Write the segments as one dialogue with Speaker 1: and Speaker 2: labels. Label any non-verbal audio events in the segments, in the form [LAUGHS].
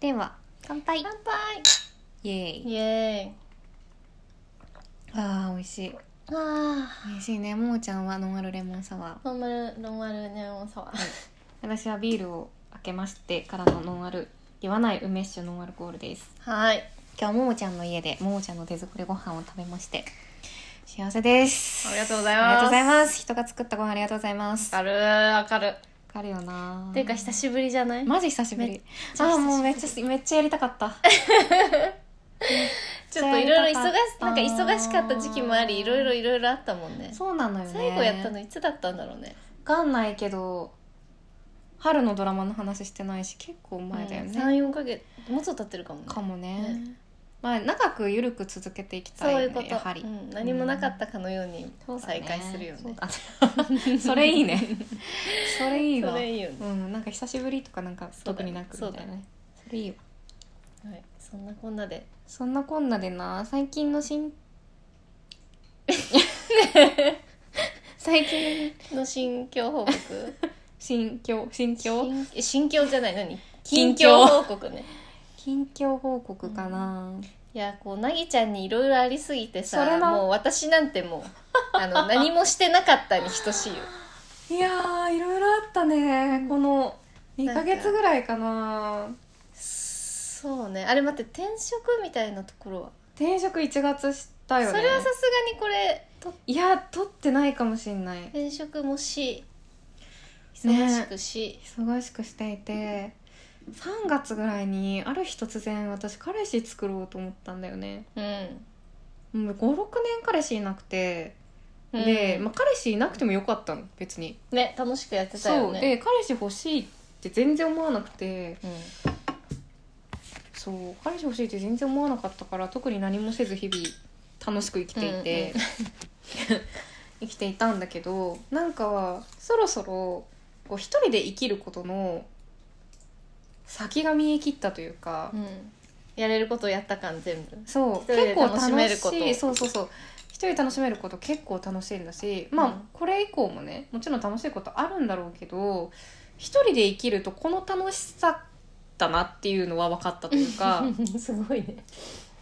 Speaker 1: では乾杯
Speaker 2: 乾杯
Speaker 1: イエーイ
Speaker 2: イエ
Speaker 1: あー美味しい
Speaker 2: ーイあ
Speaker 1: 美味しいねももちゃんはノンアルレモンサワー
Speaker 2: ーノンアルノンアルネオンサワー
Speaker 1: 私はビールを開けましてからのノンアル言わない梅酒ノンアルコールです
Speaker 2: はい
Speaker 1: 今日ももちゃんの家でももちゃんの手作りご飯を食べまして幸せです
Speaker 2: ありがとうござい
Speaker 1: ありがとう
Speaker 2: ます
Speaker 1: ございます人が作ったご飯ありがとうございますわ
Speaker 2: 明るい明るい
Speaker 1: かるよな
Speaker 2: ていうか久しぶりじゃない
Speaker 1: マジ久しぶ
Speaker 2: めっ
Speaker 1: り
Speaker 2: ちゃ久しぶり
Speaker 1: ああもうめっちゃめっちゃやりたかった
Speaker 2: [LAUGHS] ちょっといろいろ忙
Speaker 1: やり
Speaker 2: し
Speaker 1: たか
Speaker 2: な
Speaker 1: っ
Speaker 2: ん
Speaker 1: た
Speaker 2: か忙しかった時期もありいろいろいろいろあったもんね
Speaker 1: そうなのよね
Speaker 2: 最後やったのいつだったんだろうね
Speaker 1: わかんないけど春のドラマの話してないし結構前だよね、
Speaker 2: 34か月もうちょっと経ってるかもね
Speaker 1: かもね、
Speaker 2: ね
Speaker 1: まあ長く緩く続けていき
Speaker 2: そ
Speaker 1: た
Speaker 2: う
Speaker 1: いよ
Speaker 2: い
Speaker 1: ね
Speaker 2: うこと、
Speaker 1: やはり、
Speaker 2: うん、何もなかったかのように再開するよね,、
Speaker 1: そうだね [LAUGHS] それいい
Speaker 2: [LAUGHS]
Speaker 1: ねそれいいわ
Speaker 2: それいいよね
Speaker 1: うんなんか久しぶりとかなんか
Speaker 2: そうだ
Speaker 1: 特
Speaker 2: ね
Speaker 1: になくみたいな
Speaker 2: そうだ
Speaker 1: ねそれいいわ
Speaker 2: はい、そんなこんなで
Speaker 1: そんなこんなでな最近の
Speaker 2: [LAUGHS]
Speaker 1: 新最近の
Speaker 2: の心境 [LAUGHS] 報告
Speaker 1: 新境新境
Speaker 2: 心え心境じゃない何
Speaker 1: 近況
Speaker 2: 近況報告ね
Speaker 1: 近況報告かな、
Speaker 2: いやこうなぎちゃんにいろいろありすぎて
Speaker 1: それ
Speaker 2: さ
Speaker 1: な
Speaker 2: もう私なんてもうあ
Speaker 1: [LAUGHS]
Speaker 2: の何もしてなかったに等しいよ
Speaker 1: いやーいろいろあったねこの2
Speaker 2: な
Speaker 1: ヶ
Speaker 2: んか
Speaker 1: 月ぐらいかな
Speaker 2: そうねあれ待って転職みたいなところは、
Speaker 1: 転職1月したよね
Speaker 2: それはさすがにこれと
Speaker 1: いや取ってないかもしんない
Speaker 2: 転職もし忙しくし、
Speaker 1: 忙しくしていて3月ぐらいにある日突然私彼氏作ろうと思ったんだよねもう56年彼氏いなくて
Speaker 2: うん
Speaker 1: で、
Speaker 2: うん
Speaker 1: まあ、彼氏いなくてもよかったの別に、
Speaker 2: ね楽しくやってた
Speaker 1: そ
Speaker 2: よ
Speaker 1: う
Speaker 2: ね
Speaker 1: で彼氏欲しいって全然思わなくてそう彼氏欲しいって全然思わなかったから特に何もせず日々楽しく生きていて、 [LAUGHS] 生きていたんだけどなんかそろそろこう一人で生きることの先が見え切ったというか、
Speaker 2: うん、うん、やれることをやった感全部
Speaker 1: そう
Speaker 2: 一人
Speaker 1: 結
Speaker 2: で
Speaker 1: 構楽
Speaker 2: 楽
Speaker 1: し
Speaker 2: しめること
Speaker 1: いそうそうそう一人で楽しめること結構楽しいんだしまあ、
Speaker 2: うん
Speaker 1: これ以降もねもちろん楽しいことあるんだろうけど一人で生きるとこの楽しさだなっていうのは分かったという
Speaker 2: [LAUGHS]
Speaker 1: か
Speaker 2: すごいね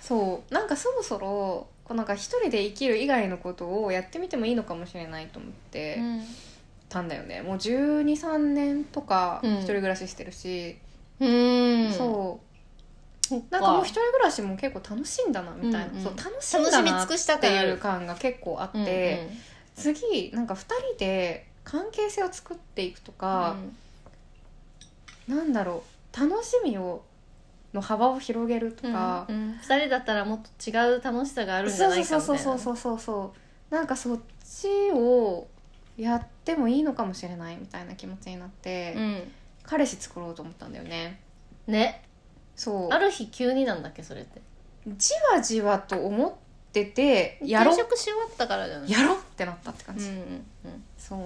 Speaker 1: そうなんかそろそろこうなんか一人で生きる以外のことをやってみてもいいのかもしれないと思ってたんだよね、もう1 2 3年とか
Speaker 2: うん
Speaker 1: 一人暮らししてるし、
Speaker 2: うん
Speaker 1: そう
Speaker 2: う
Speaker 1: なんかもう一人暮らしも結構楽しいんだなみたいな、
Speaker 2: うんうん
Speaker 1: そう楽しいん
Speaker 2: 楽
Speaker 1: だ
Speaker 2: しみ
Speaker 1: な
Speaker 2: 尽
Speaker 1: っ
Speaker 2: くした
Speaker 1: て
Speaker 2: 感あ
Speaker 1: いう
Speaker 2: る
Speaker 1: 感が結構あって、次なんか2人で関係性を作っていくとか、なんだろう楽しみをの幅を広げるとか、
Speaker 2: うんうん二人だったらもっと違う楽しさがあるんじゃないかみたいな
Speaker 1: そうそうそうそうそうそうなんかそっちをやってもいいのかもしれないみたいな気持ちになって、
Speaker 2: うん
Speaker 1: 彼氏作ろうと思ったんだよね
Speaker 2: ね
Speaker 1: そう
Speaker 2: ある日急になんだっけそれって
Speaker 1: じわじわと思っててやろ
Speaker 2: 転職し終わったからじゃない
Speaker 1: やろってなったって感
Speaker 2: うん
Speaker 1: じ、
Speaker 2: うん
Speaker 1: そ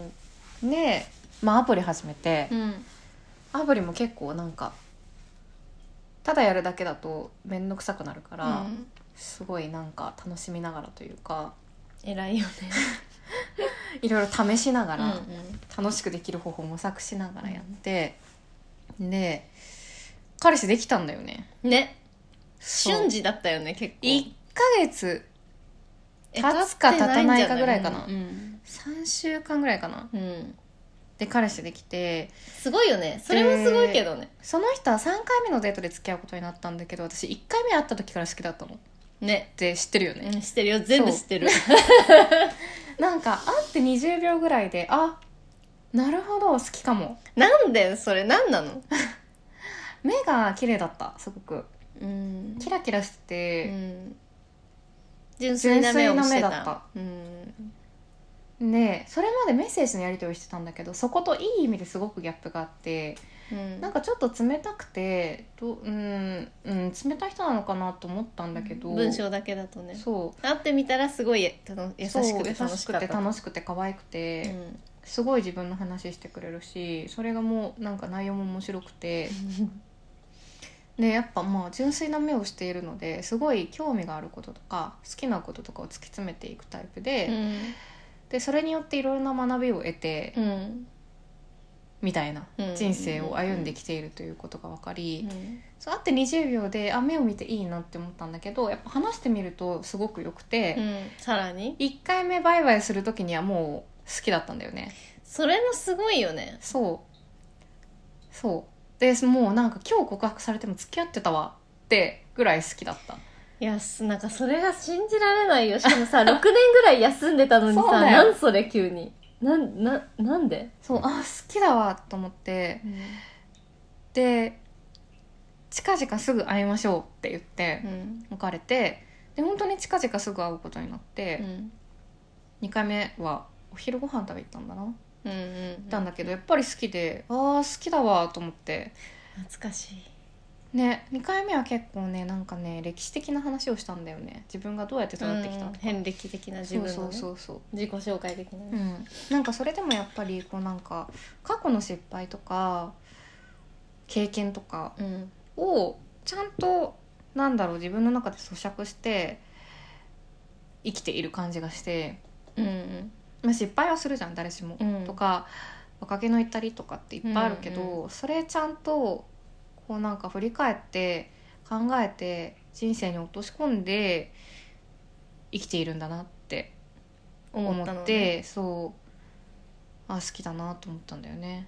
Speaker 1: うでまあアプリ始めて
Speaker 2: う、ん
Speaker 1: アプリも結構なんかただやるだけだと面倒くさくなるから、
Speaker 2: うん
Speaker 1: すごいなんか楽しみながらというか
Speaker 2: 偉いよね
Speaker 1: いろいろ試しながら、
Speaker 2: うんうん
Speaker 1: 楽しくできる方法を模索しながらやって、で彼氏できたんだよね
Speaker 2: ね
Speaker 1: そう
Speaker 2: 瞬時だったよね結構
Speaker 1: 1ヶ月経つか経たないかぐらいかな
Speaker 2: うん
Speaker 1: 3週間ぐらいかな
Speaker 2: うん
Speaker 1: で彼氏できて
Speaker 2: すごいよねそれもすごいけどね
Speaker 1: その人は3回目のデートで付き合うことになったんだけど私1回目会った時から好きだったのっ
Speaker 2: ね
Speaker 1: て知ってるよね、
Speaker 2: うん知ってるよ全部知ってる
Speaker 1: なんか会って20秒ぐらいであなるほど好きかも
Speaker 2: なんでそれなんなの
Speaker 1: 目が綺麗だったすごく
Speaker 2: うん
Speaker 1: キラキラしてて、
Speaker 2: うん純粋な目をして
Speaker 1: 純粋な目だった
Speaker 2: たうん
Speaker 1: でそれまでメッセージのやり取りをしてたんだけどそこといい意味ですごくギャップがあって
Speaker 2: うん
Speaker 1: なんかちょっと冷たくてどううん、うん、冷たい人なのかなと思ったんだけど
Speaker 2: 文章だけだとね
Speaker 1: そう
Speaker 2: 会ってみたらすごいたの優し
Speaker 1: そう
Speaker 2: くて楽しかっ
Speaker 1: 優く
Speaker 2: た
Speaker 1: て楽しくて可愛くて、
Speaker 2: うん
Speaker 1: すごい自分の話してくれるしそれがもうなんか内容も面白くてでやっぱまあ純粋な目をしているのですごい興味があることとか好きなこととかを突き詰めていくタイプで,、
Speaker 2: うん
Speaker 1: でそれによっていろいろな学びを得て、
Speaker 2: うん
Speaker 1: みたいな
Speaker 2: うん
Speaker 1: 人生を歩んできているということが分かり、
Speaker 2: うん
Speaker 1: そう会って20秒であ目を見ていいなって思ったんだけどやっぱ話してみるとすごくよくて、
Speaker 2: うんさらに
Speaker 1: 1回目バイバイする時にはもう好きだったんだよね
Speaker 2: それもすごいよね
Speaker 1: そうそうでもうなんか今日告白されても付き合ってたわってぐらい好きだった
Speaker 2: いやすなんかそれが信じられないよしかも
Speaker 1: [LAUGHS]
Speaker 2: さ6年ぐらい休んでたのにさ
Speaker 1: そうだよ
Speaker 2: なんそれ急になんななんで、
Speaker 1: そうあ好きだわと思ってで近々すぐ会いましょうって言って
Speaker 2: うん
Speaker 1: 別れてで本当に近々すぐ会うことになっ
Speaker 2: う
Speaker 1: て、
Speaker 2: ん
Speaker 1: 二2回目はお昼ご飯食べ行ったんだな行
Speaker 2: うんうん
Speaker 1: ったんだけどやっぱり好きであー好きだわと思って
Speaker 2: 懐かしい
Speaker 1: ね2回目は結構ねなんかね歴史的な話をしたんだよね自分がどうやって育ってきたのか、
Speaker 2: 遍歴的な自
Speaker 1: そう
Speaker 2: 分
Speaker 1: そ
Speaker 2: のね、
Speaker 1: うそうそう
Speaker 2: 自己紹介的な
Speaker 1: う
Speaker 2: ね、
Speaker 1: ん、なんかそれでもやっぱりこうなんか過去の失敗とか経験とか
Speaker 2: うん
Speaker 1: をちゃんとなんだろう自分の中で咀嚼して生きている感じがして、
Speaker 2: うんうん
Speaker 1: まあ、失敗はするじゃん誰しも、
Speaker 2: うん
Speaker 1: とか若気の至りとかっていっぱいあるけど、
Speaker 2: うん
Speaker 1: それちゃんとこうなんか振り返って考えて人生に落とし込んで生きているんだなって思
Speaker 2: 思ったの、
Speaker 1: っ
Speaker 2: ね、
Speaker 1: て [LAUGHS] そうあ好きだなと思ったんだよね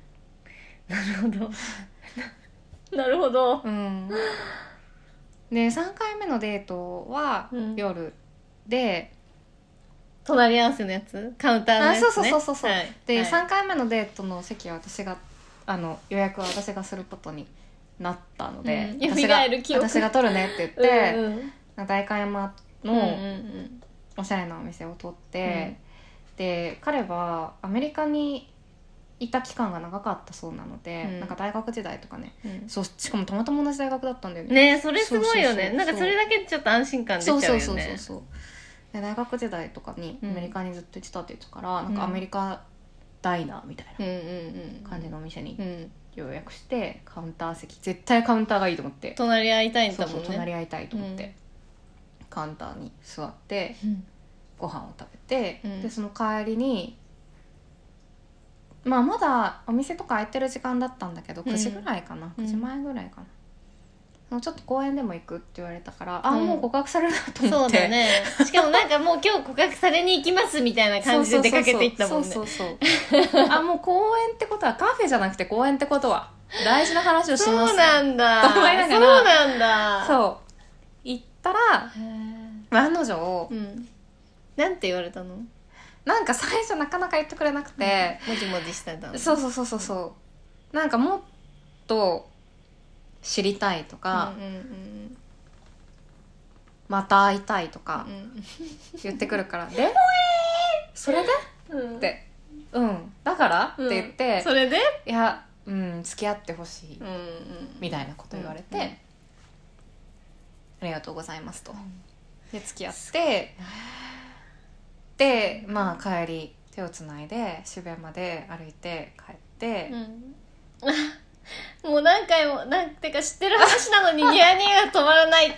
Speaker 2: なるほどなるほど
Speaker 1: うんで3回目のデートは
Speaker 2: うん
Speaker 1: 夜で、
Speaker 2: 隣り合わせのやつカウンターのやつ、ね、
Speaker 1: あそうそうそうそう
Speaker 2: はい、
Speaker 1: で、
Speaker 2: はい
Speaker 1: 3回目のデートの席は私があの予約は私がすることになったので、
Speaker 2: うん
Speaker 1: 私が
Speaker 2: 蘇る記憶
Speaker 1: 私が取るねって言って、
Speaker 2: うんうん
Speaker 1: 代官山の、
Speaker 2: うんうん
Speaker 1: おしゃれなお店を取って、で彼はアメリカにいた期間が長かったそうなので、
Speaker 2: うん
Speaker 1: なんか大学時代とかね
Speaker 2: うん
Speaker 1: そうしかもたまたま同じ大学だったんだよね
Speaker 2: ねえそれすごい
Speaker 1: そ
Speaker 2: よね
Speaker 1: うそうそう
Speaker 2: なんかそれだけでちょっと安心感出ちゃ
Speaker 1: そうう
Speaker 2: よね
Speaker 1: そうそうそうそうで大学時代とかにアメリカにずっと行ってたって言ってたから、なんかアメリカダイナーみたい
Speaker 2: うんうんうん
Speaker 1: な感じのお店に
Speaker 2: うん
Speaker 1: 予約してカウンター席絶対カウンターがいいと思って、
Speaker 2: 隣り合いたいん
Speaker 1: そう
Speaker 2: だもん
Speaker 1: そう
Speaker 2: ね
Speaker 1: 隣り合いたいと思って、
Speaker 2: うん
Speaker 1: カウンターに座って
Speaker 2: うん
Speaker 1: ご飯を食べて、
Speaker 2: うん
Speaker 1: でその帰りに、まあ、まだお店とか開いてる時間だったんだけど
Speaker 2: うん
Speaker 1: 9時ぐらいかな、
Speaker 2: うん
Speaker 1: 9時前ぐらいかな、そのちょっと公園でも行くって言われたから、あ
Speaker 2: うん
Speaker 1: もう告白されるなと思
Speaker 2: そ
Speaker 1: っ
Speaker 2: う
Speaker 1: て
Speaker 2: だねしかもなんかもう今日告白されに行きますみたいな感じで出かけていったもんね
Speaker 1: そうそうそうそうあもう公園ってことはカフェじゃなくて公園ってことは大事な話をし
Speaker 2: そ
Speaker 1: ます
Speaker 2: うなんだ
Speaker 1: と思いながら
Speaker 2: そうなんだ
Speaker 1: そう行ったら
Speaker 2: へー
Speaker 1: まあ案の定
Speaker 2: うんなんて言われたのも
Speaker 1: なんか最初なかなか言ってくれなくて、
Speaker 2: じもじしてたの
Speaker 1: そうそうそうそうそうなんかもっと知りたいとか、
Speaker 2: うんうん
Speaker 1: また会いたいとか
Speaker 2: う
Speaker 1: 言ってくるから「でもえそれで?」
Speaker 2: んうん
Speaker 1: って「うんだから?」って言って「
Speaker 2: それで
Speaker 1: いやうん付き合ってほしい
Speaker 2: うんうん」
Speaker 1: みたいなこと言われて「
Speaker 2: うん
Speaker 1: ありがとうございますと」で付き合ってでまあ帰り手をつないで渋谷まで歩いて帰って、
Speaker 2: うんもう何回もなんてか知ってる話なのにニヤニヤが止まらない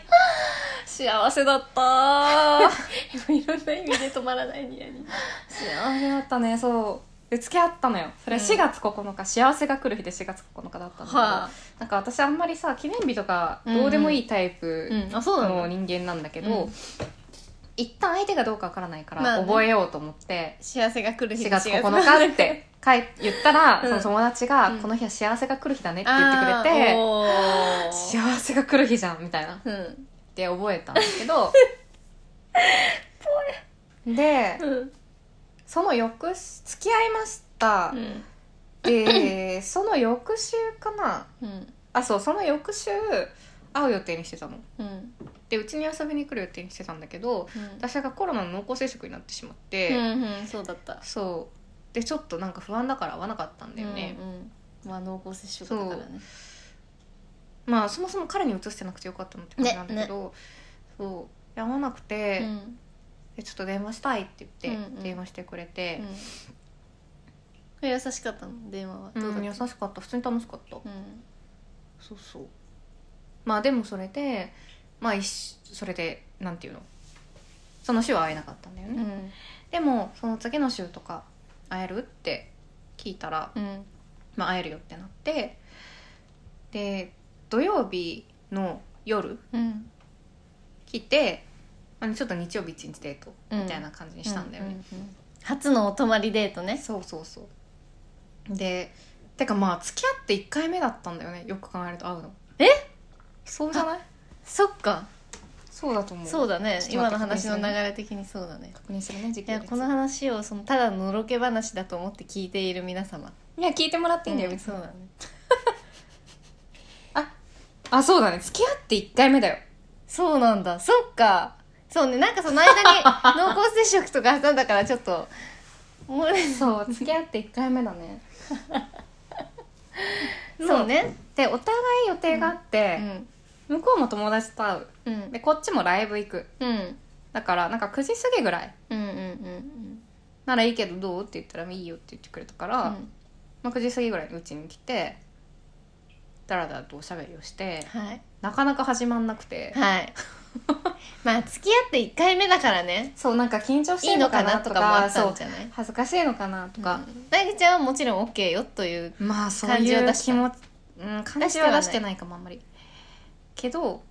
Speaker 1: 幸せだったー
Speaker 2: いろんな意味で止まらないニヤニヤ
Speaker 1: 幸せだったねそうで付き合ったのよそれ
Speaker 2: うん
Speaker 1: 4月9日、幸せが来る日で4月9日だったんだけど、
Speaker 2: はあ
Speaker 1: なんか私あんまりさ記念日とか
Speaker 2: うんうん
Speaker 1: どうでもいいタイプ
Speaker 2: うんあそうな
Speaker 1: の
Speaker 2: の
Speaker 1: 人間なんだけど、
Speaker 2: うん
Speaker 1: 一旦相手がどうかわからないか
Speaker 2: まあ
Speaker 1: ら
Speaker 2: ね
Speaker 1: 覚えようと思って
Speaker 2: 幸せが来る日
Speaker 1: 4月9日って書い言ったら、
Speaker 2: うん
Speaker 1: その友達が、
Speaker 2: うん
Speaker 1: この日は幸せが来る日だね」って言っ
Speaker 2: あー
Speaker 1: てくれて
Speaker 2: お
Speaker 1: 「
Speaker 2: ー
Speaker 1: 幸せが来る日じゃん」みたいな
Speaker 2: うん
Speaker 1: で覚えたんだけど [LAUGHS] で
Speaker 2: うん
Speaker 1: その翌日付き合いました、
Speaker 2: うん
Speaker 1: でその翌週かな
Speaker 2: うん
Speaker 1: あそうその翌週会う予定にしてたの
Speaker 2: うん
Speaker 1: でうちに遊びに来る予定にしてたんだけど私がコロナの濃厚接触になってしまって、
Speaker 2: うんうんそうだった
Speaker 1: そうでちょっとなんか不安だから会わなかったんだよね、
Speaker 2: うんうんまあ濃厚接触だからね
Speaker 1: まあそもそも彼に移してなくてよかったのって感じなんだけど、そうで会わなくて、
Speaker 2: うん
Speaker 1: でちょっと電話したいって言って、
Speaker 2: うんうん
Speaker 1: 電話してくれて、
Speaker 2: うん優しかったの電話はどうだ
Speaker 1: うん優
Speaker 2: っ
Speaker 1: したかった普通に楽しかった、
Speaker 2: うん
Speaker 1: そうそうまあでもそれでまあ一緒それでなんていうのその週は会えなかったんだよね、
Speaker 2: うん
Speaker 1: でもその次の週とか会えるって聞いたら
Speaker 2: うん
Speaker 1: まあ、会えるよってなってで土曜日の夜
Speaker 2: うん
Speaker 1: 来て、まあ、ちょっと日曜日一日デート
Speaker 2: うん
Speaker 1: みたいな感じにしたんだよね、
Speaker 2: うんうんうん初のお泊まりデートね
Speaker 1: そうそうそうでてかまあ付き合って1回目だったんだよねよく考えると会うの
Speaker 2: え
Speaker 1: そうじゃない
Speaker 2: そっか
Speaker 1: そうだと思う
Speaker 2: そうだね
Speaker 1: ちょ
Speaker 2: 今
Speaker 1: っと
Speaker 2: の
Speaker 1: 待って
Speaker 2: 話の流れ的にそうだね
Speaker 1: 確認するね時
Speaker 2: い
Speaker 1: 期
Speaker 2: やこの話をそのただのろけ話だと思って聞いている皆様
Speaker 1: いや聞いてもらっていいんだよ、
Speaker 2: うん
Speaker 1: 別に
Speaker 2: そうだね
Speaker 1: あそうだね付き合って1回目だよ
Speaker 2: そうなんだそっかそうねなんかその間
Speaker 1: [LAUGHS]
Speaker 2: に濃厚接触とか挟んだからちょっともう
Speaker 1: そう付き合って1回目だね
Speaker 2: [LAUGHS] そうね
Speaker 1: でお互い予定があっ
Speaker 2: う
Speaker 1: て、
Speaker 2: ん
Speaker 1: 向こうも友達と会う
Speaker 2: うん
Speaker 1: でこっちもライブ行く
Speaker 2: うん
Speaker 1: だからなんか9時過ぎぐらい
Speaker 2: うんうんうん
Speaker 1: ならいいけどどうって言ったらいいよって言ってくれたから、
Speaker 2: うん
Speaker 1: まあ、9時過ぎぐらいにうちに来てだらだらとおしゃべりをして
Speaker 2: はい
Speaker 1: なかなか始まんなくて
Speaker 2: はいまあ付き合って1回目だからね
Speaker 1: そうなんか緊張して
Speaker 2: いい
Speaker 1: ん
Speaker 2: の
Speaker 1: の
Speaker 2: か
Speaker 1: か
Speaker 2: な
Speaker 1: な
Speaker 2: と
Speaker 1: と
Speaker 2: か
Speaker 1: か
Speaker 2: もあった
Speaker 1: そ
Speaker 2: ん
Speaker 1: う
Speaker 2: じゃない
Speaker 1: 恥ずかしいのかなとか、
Speaker 2: 大吉ちゃんはもちろん OK よという
Speaker 1: まあそう
Speaker 2: 感じ
Speaker 1: い
Speaker 2: は
Speaker 1: う
Speaker 2: 出した
Speaker 1: 気持ち、うん、感じは出してないかもあんまりけど、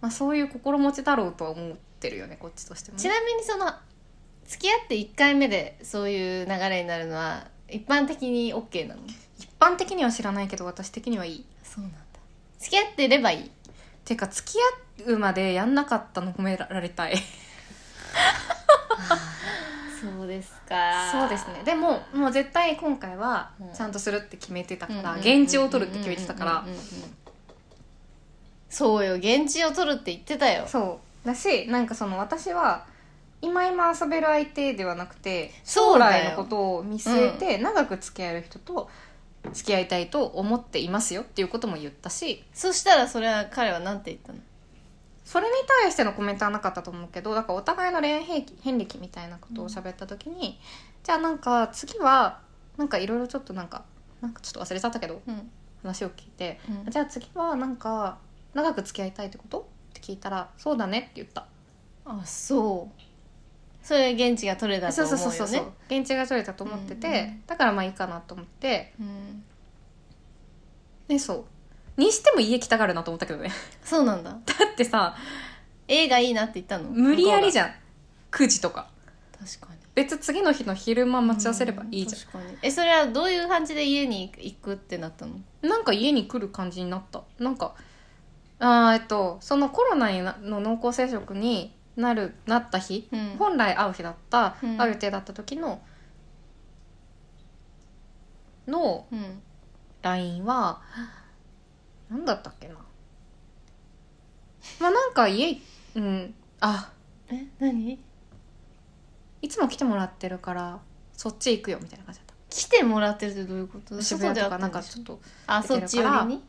Speaker 1: まあ、そういう心持ちだろうとは思ってるよねこっちとしてもね
Speaker 2: ちなみにその付き合って1回目でそういう流れになるのは一般的に OK なの
Speaker 1: 一般的には知らないけど私的にはいい
Speaker 2: そうなんだ付き合ってればいい
Speaker 1: てか付き合うまでやんなかったの褒められたい
Speaker 2: そうですか
Speaker 1: そうですねでももう絶対今回は
Speaker 2: うん
Speaker 1: ちゃんとするって決めてたから、
Speaker 2: うんうん
Speaker 1: 現地を取るって決めてたから
Speaker 2: うんうんうんうんそうよ現地を取るって言ってたよ
Speaker 1: そうだしなんかその私は今今遊べる相手ではなくて
Speaker 2: そ
Speaker 1: 将
Speaker 2: うだ
Speaker 1: 来
Speaker 2: よ
Speaker 1: のことを見据えて長く付き合える人と付き合いたいと思っていますよっていうことも言ったし
Speaker 2: そしたらそれは彼は何て言ったの
Speaker 1: それに対してのコメントはなかったと思うけどだからお互いの恋愛遍歴遍歴みたいなことを喋った時に、じゃあなんか次はなんかいろいろちょっとなんかなんかちょっと忘れちゃったけど
Speaker 2: うん
Speaker 1: 話を聞いて、
Speaker 2: うん
Speaker 1: じゃあ次はなんか長く付き合いたいってことって聞いたら「そうだね」って言った。
Speaker 2: あそうそれ現地が取れたと
Speaker 1: そう
Speaker 2: 思
Speaker 1: そうう
Speaker 2: よね
Speaker 1: そうそうそう現地が取れたと思ってて、
Speaker 2: うんうん
Speaker 1: だからまあいいかなと思って
Speaker 2: うん
Speaker 1: ねそうにしても家来たがるなと思ったけどね
Speaker 2: そうなんだ
Speaker 1: だってさ
Speaker 2: A がいいなって言ったの
Speaker 1: 無理やりじ
Speaker 2: ゃ
Speaker 1: ゃん9時とか
Speaker 2: 確かに
Speaker 1: 別次の日の昼間待ち合わせればいいじゃん、
Speaker 2: ゃん確かにえそれはどういう感じで家に行くってなったの
Speaker 1: なんか家に来る感じになったなんかあーえっとそのコロナになの濃厚接触になるなった日、
Speaker 2: うん
Speaker 1: 本来会う日だった、
Speaker 2: うん
Speaker 1: 会う予定だった時のの
Speaker 2: うん
Speaker 1: LINE は何だったっけなまあなんか家いうんあ
Speaker 2: え何
Speaker 1: いつも来てもらってるからそっち行くよみたいな感じだっ
Speaker 2: 来てもらってるってどういうこと
Speaker 1: た渋谷と
Speaker 2: 会
Speaker 1: か
Speaker 2: って
Speaker 1: なん
Speaker 2: ん
Speaker 1: か
Speaker 2: で
Speaker 1: ち
Speaker 2: し
Speaker 1: ょ
Speaker 2: ょ
Speaker 1: っと
Speaker 2: あそっち寄りに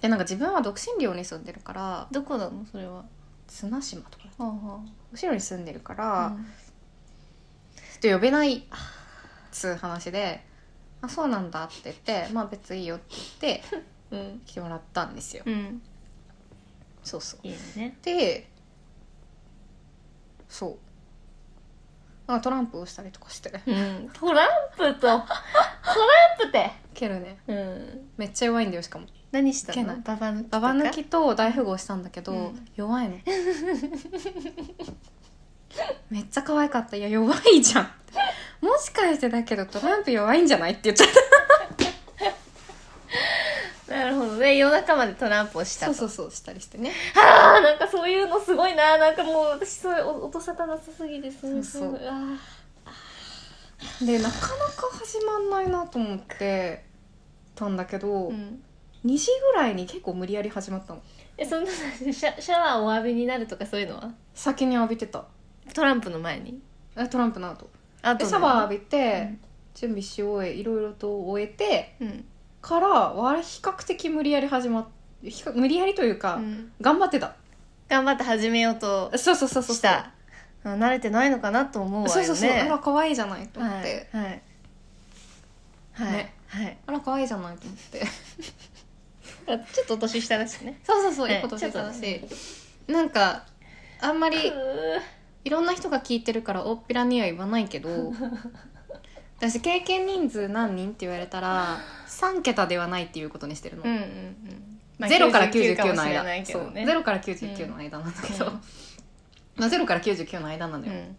Speaker 1: でなんか自分は独身寮に住んでるから
Speaker 2: どこなのそれは
Speaker 1: 綱島とか
Speaker 2: はは
Speaker 1: 独身寮に住んでるから、
Speaker 2: うん
Speaker 1: ちょっと呼べないっつう話で「あそうなんだ」って言って「まあ別にいいよ」って言って
Speaker 2: うん
Speaker 1: 来てもらったんですよ
Speaker 2: うん
Speaker 1: そうそう
Speaker 2: いいね
Speaker 1: でそうなんかトランプをしたりとかして
Speaker 2: うんトランプ
Speaker 1: [LAUGHS]
Speaker 2: とトランプって
Speaker 1: 蹴るね
Speaker 2: うん
Speaker 1: めっちゃ弱いんだよしかも
Speaker 2: 何した
Speaker 1: いけな
Speaker 2: の
Speaker 1: い
Speaker 2: ババ抜きとか
Speaker 1: ババ抜きと大富豪したんだけど、
Speaker 2: うん
Speaker 1: 弱いの [LAUGHS] めっちゃ可愛かったいや弱いじゃんもしかしてだけどトランプ弱いんじゃないって言っちゃっ
Speaker 2: なるほどね夜中までトランプをし
Speaker 1: た
Speaker 2: たと
Speaker 1: そうそうそうしたりしてね
Speaker 2: あー [LAUGHS] なんかそういうのすごいななんかもう私そういうお音沙汰なさすぎてそういう
Speaker 1: そうそう
Speaker 2: あ
Speaker 1: でなかなか始まんないなと思ってたんだけど、
Speaker 2: ーうん
Speaker 1: 2時ぐらいに結構無理やり始まったの
Speaker 2: えそんな [LAUGHS] シャシャワーをお詫びになるとかそういうのは
Speaker 1: 先に浴びてた
Speaker 2: トランプの前に
Speaker 1: えトランプの後
Speaker 2: あ
Speaker 1: で
Speaker 2: と
Speaker 1: シャワー浴
Speaker 2: び
Speaker 1: びて、
Speaker 2: うん
Speaker 1: 準備し終えいろいろと終えて
Speaker 2: うん、
Speaker 1: からは比較的無理やり始まっ比較無理やりというか、
Speaker 2: うん、
Speaker 1: 頑張ってた
Speaker 2: 頑張って始めようと
Speaker 1: そうそうそうそう
Speaker 2: したあ慣れてないのかなと思うわよ
Speaker 1: そう
Speaker 2: ね
Speaker 1: そうそう、あら可愛いじゃないと思って、
Speaker 2: はいはいはい、
Speaker 1: ね
Speaker 2: はい
Speaker 1: あら可愛いじゃないと思って
Speaker 2: あちょっとお年下だしね
Speaker 1: そうそうそう、
Speaker 2: はい
Speaker 1: いいことしてたし、
Speaker 2: ち
Speaker 1: なんかあんまり
Speaker 2: うー
Speaker 1: [LAUGHS] いろんな人が聞いてるから大っぴらには言わないけど私経験人数何人って言われたら3桁ではないっていうことにしてるの、
Speaker 2: うんうんうん、まあ
Speaker 1: ゼロ0から99
Speaker 2: か
Speaker 1: の
Speaker 2: もしれ
Speaker 1: 間
Speaker 2: ないけ
Speaker 1: そ
Speaker 2: ど
Speaker 1: う
Speaker 2: ね
Speaker 1: 0から99の間なんだけど、
Speaker 2: うん
Speaker 1: まあ、0から99の間なの
Speaker 2: う
Speaker 1: よ、
Speaker 2: ん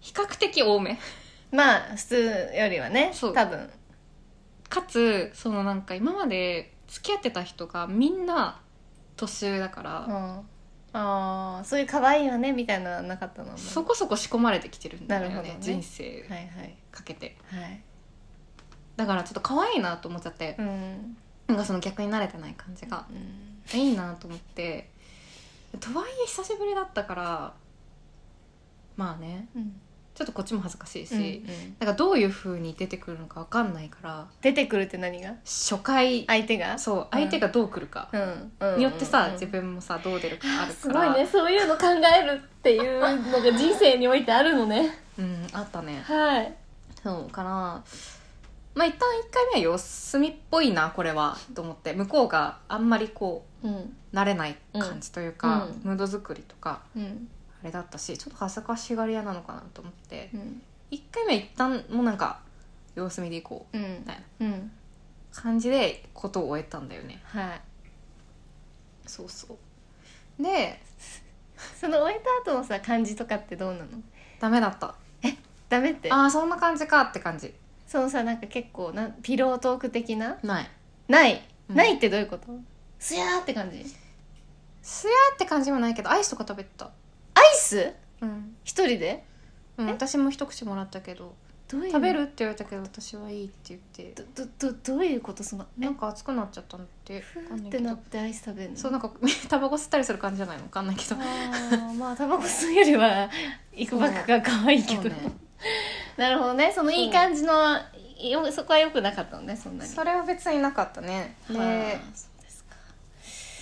Speaker 1: 比較的多め
Speaker 2: まあ普通よりはね
Speaker 1: そう
Speaker 2: 多分
Speaker 1: かつそのなんか今まで付き合ってた人がみんな年上だから、
Speaker 2: ああーそういう可愛いよねみたいなのはなかったの
Speaker 1: そこそこ仕込まれてきてるんだよね
Speaker 2: なるほどね
Speaker 1: 人生
Speaker 2: はいはい
Speaker 1: かけて
Speaker 2: はい
Speaker 1: だからちょっと可愛いなと思っちゃって、
Speaker 2: うん
Speaker 1: なんかその逆に慣れてない感じが
Speaker 2: うん
Speaker 1: いいなと思ってとはいえ久しぶりだったからまあね
Speaker 2: うん
Speaker 1: ちょっとこっちも恥ずかしいし、
Speaker 2: うんうん
Speaker 1: なんかどういう風に出てくるのか分かんないから
Speaker 2: 出てくるって何が
Speaker 1: 初回
Speaker 2: 相手が
Speaker 1: そう相手がどう来るか
Speaker 2: うんうん
Speaker 1: によってさ、
Speaker 2: うん
Speaker 1: 自分もさどう出るかある
Speaker 2: す
Speaker 1: か
Speaker 2: ご
Speaker 1: ら
Speaker 2: いねそういうの考えるっていうのが人生においてあるのね
Speaker 1: うんあったね
Speaker 2: はい
Speaker 1: そうかなまあ一旦1回目は様子見っぽいなこれはと思って向こうがあんまりこ
Speaker 2: うん
Speaker 1: う慣れない感じというか、
Speaker 2: うん
Speaker 1: ムード作りとか
Speaker 2: うん
Speaker 1: あれだったしちょっと恥ずかしがり屋なのかなと思って
Speaker 2: うん
Speaker 1: 1回目は一旦もうなんか様子見でいこう
Speaker 2: うん
Speaker 1: みたいな
Speaker 2: うん
Speaker 1: 感じでことを終えたんだよね
Speaker 2: はい
Speaker 1: そうそうで
Speaker 2: その終えた後のさ感じとかってどうなの
Speaker 1: ダメだった
Speaker 2: ダメって
Speaker 1: ああそんな感じかって感じ
Speaker 2: そのさなんか結構なんピロートーク的な
Speaker 1: ない
Speaker 2: ない、
Speaker 1: うん
Speaker 2: ないってどういうことすやーって感じ
Speaker 1: すやーって感じもないけどアイスとか食べてた
Speaker 2: アイス
Speaker 1: うん、
Speaker 2: 一人で
Speaker 1: うん、
Speaker 2: え
Speaker 1: 私も一口もらったけど
Speaker 2: どういう
Speaker 1: 食べるって言われたけど私はいいって言って
Speaker 2: どどどどういうことそのえ
Speaker 1: なんか熱くなっちゃったんだって
Speaker 2: ふ
Speaker 1: わかん
Speaker 2: ー
Speaker 1: な
Speaker 2: っ
Speaker 1: いけ
Speaker 2: て
Speaker 1: ど
Speaker 2: なってアイス食べるの
Speaker 1: そうなんか [LAUGHS] タバコ吸ったりする感じじゃ
Speaker 2: [LAUGHS]
Speaker 1: ないのわかんないけど
Speaker 2: あーまあタバコ吸うよりは行くばくが可愛いけ
Speaker 1: そ
Speaker 2: ど、
Speaker 1: うね
Speaker 2: なるほどねそのいい感じのよそこは良くなかったのねそんな
Speaker 1: [LAUGHS]
Speaker 2: に
Speaker 1: それは別になかったねで
Speaker 2: はあそうですか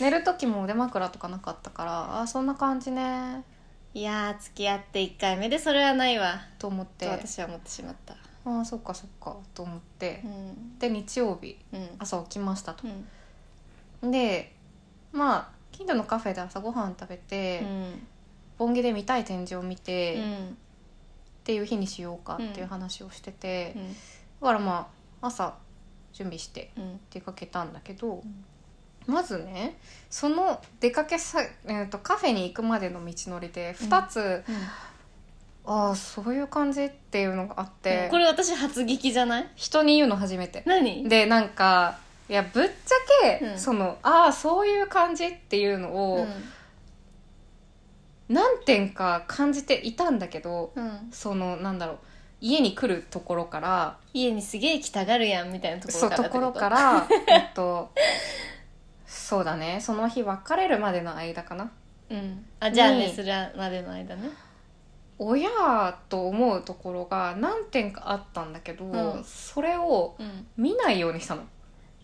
Speaker 1: 寝る時も腕枕とかなかったからあーそんな感じね
Speaker 2: いやー付き合って1回目でそれはないわ
Speaker 1: と思って
Speaker 2: と
Speaker 1: あ
Speaker 2: 私は思ってしまった
Speaker 1: あそっかそっかと思って
Speaker 2: うん
Speaker 1: で日曜日
Speaker 2: うん
Speaker 1: 朝起きましたと
Speaker 2: うん
Speaker 1: でまあ近所のカフェで朝ごはん食べて、
Speaker 2: うん
Speaker 1: ボンゲで見たい展示を見て、
Speaker 2: う
Speaker 1: っ
Speaker 2: ん
Speaker 1: ていう日にしようかっていう話をしてて、
Speaker 2: うん
Speaker 1: だからまあ朝準備して
Speaker 2: うん
Speaker 1: 出かけたんだけど、
Speaker 2: ん
Speaker 1: まずねその出かけさ、えー、とカフェに行くまでの道のりで
Speaker 2: うん
Speaker 1: 2つ、ああそういう感じっていうのがあって、
Speaker 2: これ私初聞きじゃない
Speaker 1: 人に言うの初めて。
Speaker 2: 何
Speaker 1: でなんかいやぶっちゃけ、
Speaker 2: うん
Speaker 1: そのああそういう感じっていうの
Speaker 2: う
Speaker 1: を
Speaker 2: ん
Speaker 1: 何点か感じていたんだけど、
Speaker 2: うん
Speaker 1: そのなんだろう家に来るところから
Speaker 2: 家にすげえ来たがるやんみたいなとこ
Speaker 1: そう
Speaker 2: ろから
Speaker 1: ところかららえっとそうだねその日別れるまでの間かな
Speaker 2: うんあじゃあね
Speaker 1: に
Speaker 2: それはまでの間ね
Speaker 1: 親と思うところが何点かあったんだけど、
Speaker 2: うん
Speaker 1: それを
Speaker 2: うん
Speaker 1: 見ないようにしたの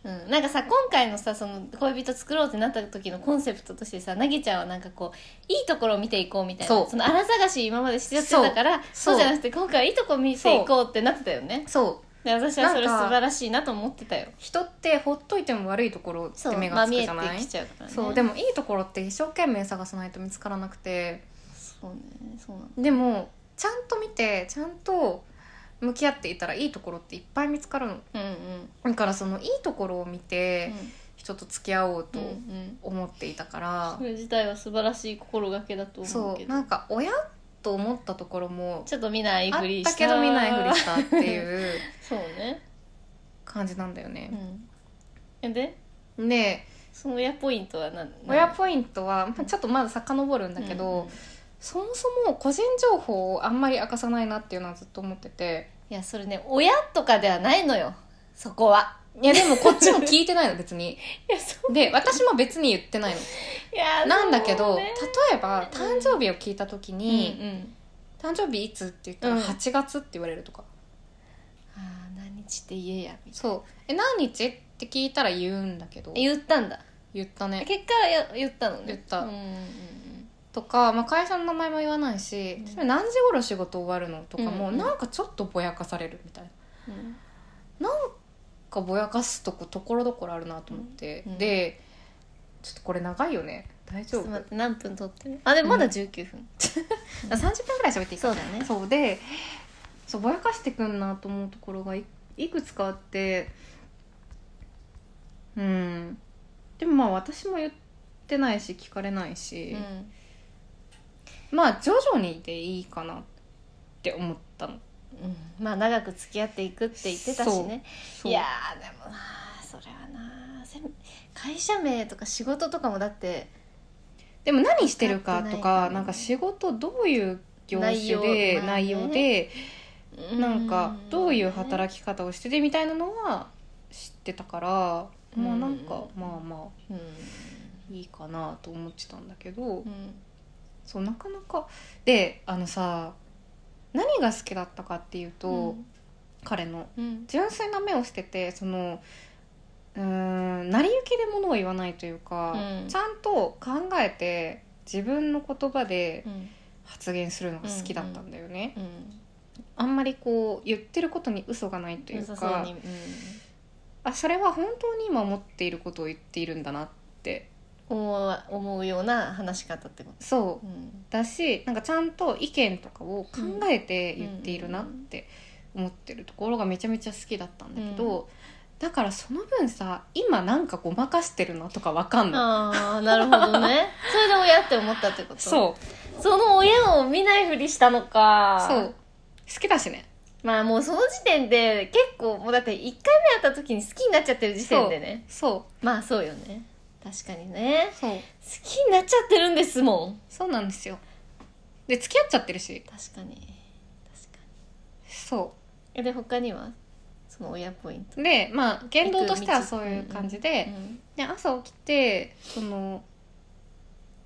Speaker 2: うん、なんかさ今回のさその恋人作ろうってなった時のコンセプトとしてさなぎちゃんはなんかこういいところを見ていこうみたいな
Speaker 1: そう
Speaker 2: の荒探し今までしてやってたから
Speaker 1: そ
Speaker 2: そ
Speaker 1: うう
Speaker 2: じゃなくて今回はいいとこ見ていこうってなってたよね
Speaker 1: そう
Speaker 2: で私はそれ素
Speaker 1: なんか
Speaker 2: 晴らしいなと思ってたよ
Speaker 1: 人ってほっといても悪いところって
Speaker 2: そう
Speaker 1: 目
Speaker 2: ま
Speaker 1: が
Speaker 2: あ
Speaker 1: つ
Speaker 2: 見
Speaker 1: くじ
Speaker 2: えて
Speaker 1: ゃない、
Speaker 2: きちゃうからね
Speaker 1: そうでもいいところって一生懸命探さないと見つからなくて
Speaker 2: そうねそうなんだ
Speaker 1: でもちゃんと見てちゃんと向き合っていたらいいところっていっぱい見つかるの
Speaker 2: うんうん
Speaker 1: だからそのいいところを見て、人と付き合おうと
Speaker 2: うんうん
Speaker 1: 思っていたから
Speaker 2: そ、れ自体は素晴らしい心がけだと思う
Speaker 1: そ
Speaker 2: け
Speaker 1: う
Speaker 2: ど
Speaker 1: なんか親と思ったところも
Speaker 2: ちょっと見ない
Speaker 1: あっ
Speaker 2: ふりした
Speaker 1: たけど見ないふりしたっていう
Speaker 2: そうね、
Speaker 1: 感じなんだよね。
Speaker 2: うん、で
Speaker 1: で
Speaker 2: その親ポイントは何
Speaker 1: 親ポイントは、まあ、ちょっとまだ遡るんだけど、
Speaker 2: うんうんい
Speaker 1: そもそも個人情報をあんまり明かさないなっていうのはずっと思ってて
Speaker 2: やそれね親とかではないのよそこはい
Speaker 1: やでもこっちも聞いてないの別に。
Speaker 2: いやそ
Speaker 1: で私も別に言って
Speaker 2: [LAUGHS]
Speaker 1: ないの。
Speaker 2: ういや
Speaker 1: なんだけど、
Speaker 2: そうね
Speaker 1: 例えば誕生日を聞いた時
Speaker 2: うん
Speaker 1: に「
Speaker 2: うん
Speaker 1: 誕生日いつ?」って言ったら「
Speaker 2: うん
Speaker 1: 8月」って言われるとか。
Speaker 2: あー何日って言えやみたい
Speaker 1: そう「え何日?」って聞いたら言うんだけど
Speaker 2: な言ったんだ
Speaker 1: 言ったね
Speaker 2: 結果はや言ったのね
Speaker 1: 言った
Speaker 2: うんうんうん
Speaker 1: とか、まあ、会社の名前も言わないし、
Speaker 2: うん
Speaker 1: それ何時頃仕事終わるのとかも、
Speaker 2: うんうん
Speaker 1: なんかちょっとぼやかされるみたいな
Speaker 2: うん
Speaker 1: なんかぼやかすとこところどころあるなと思って、
Speaker 2: うん
Speaker 1: でちょっとこれ長いよね大
Speaker 2: ちょ
Speaker 1: 丈夫
Speaker 2: っと待って何分撮ってるあでもまだ19分、
Speaker 1: あ30分ぐらい喋っていいか
Speaker 2: そうだね
Speaker 1: そうでそうぼやかしてくんなと思うところがいいくつかあってうんでもまあ私も言ってないし聞かれないし、まあ徐々にでいいかなって思ったの
Speaker 2: うんまあ長く付き合っていくって言ってたしね
Speaker 1: そう
Speaker 2: いやーでもなあそれはなあせん会社名とか仕事とかもだって
Speaker 1: でも何してるかと
Speaker 2: 分かってないか
Speaker 1: から
Speaker 2: ね
Speaker 1: なんか仕事どういう業種で
Speaker 2: 内
Speaker 1: 内
Speaker 2: 容
Speaker 1: 容
Speaker 2: まあね
Speaker 1: でなんかどういう
Speaker 2: き
Speaker 1: 働き方をしててみたいなのは知ってたから、
Speaker 2: うん
Speaker 1: まあなんかまあま
Speaker 2: うん
Speaker 1: あいいかなと思ってたんだけど、
Speaker 2: うん
Speaker 1: そうなかなかであのさ何が好きだったかっていうと、彼の
Speaker 2: うん
Speaker 1: 純粋な目をしててそのうーん成り行きでものを言わないというか、
Speaker 2: うん
Speaker 1: ちゃんと考えて自分の言葉で
Speaker 2: うん
Speaker 1: 発言するのが好きだったんだよね、
Speaker 2: うん
Speaker 1: あんまりこう言ってることに嘘がないという
Speaker 2: 良さそ
Speaker 1: か
Speaker 2: に
Speaker 1: あそれは本当に今思っていることを言っているんだなって
Speaker 2: うん思う思うような話し方ってこ
Speaker 1: そう
Speaker 2: とうん
Speaker 1: だしなんかちゃんと意見とかを考えて言っているなって思ってるところがめちゃめちゃ好きだったんだけど、だからその分さ今なんかごまかしてるなとかわかんない。
Speaker 2: ああなるほど [LAUGHS] ねそれで親って思ったってこと
Speaker 1: そう
Speaker 2: その親を見ないふりしたのか
Speaker 1: そう好きだしね
Speaker 2: まあもうその時点で結構もうだって1回目会った時に好きになっちゃってる時点でね
Speaker 1: そ
Speaker 2: まあそうよね確かにね
Speaker 1: うそう
Speaker 2: 好きになっちゃってるんですもん
Speaker 1: そうなんですよで付き合っちゃってるし
Speaker 2: 確かに確かに
Speaker 1: そ
Speaker 2: えで他にはその親ポイント
Speaker 1: うでまあ言動としてはそういう感じで,、
Speaker 2: うん
Speaker 1: で朝起きてその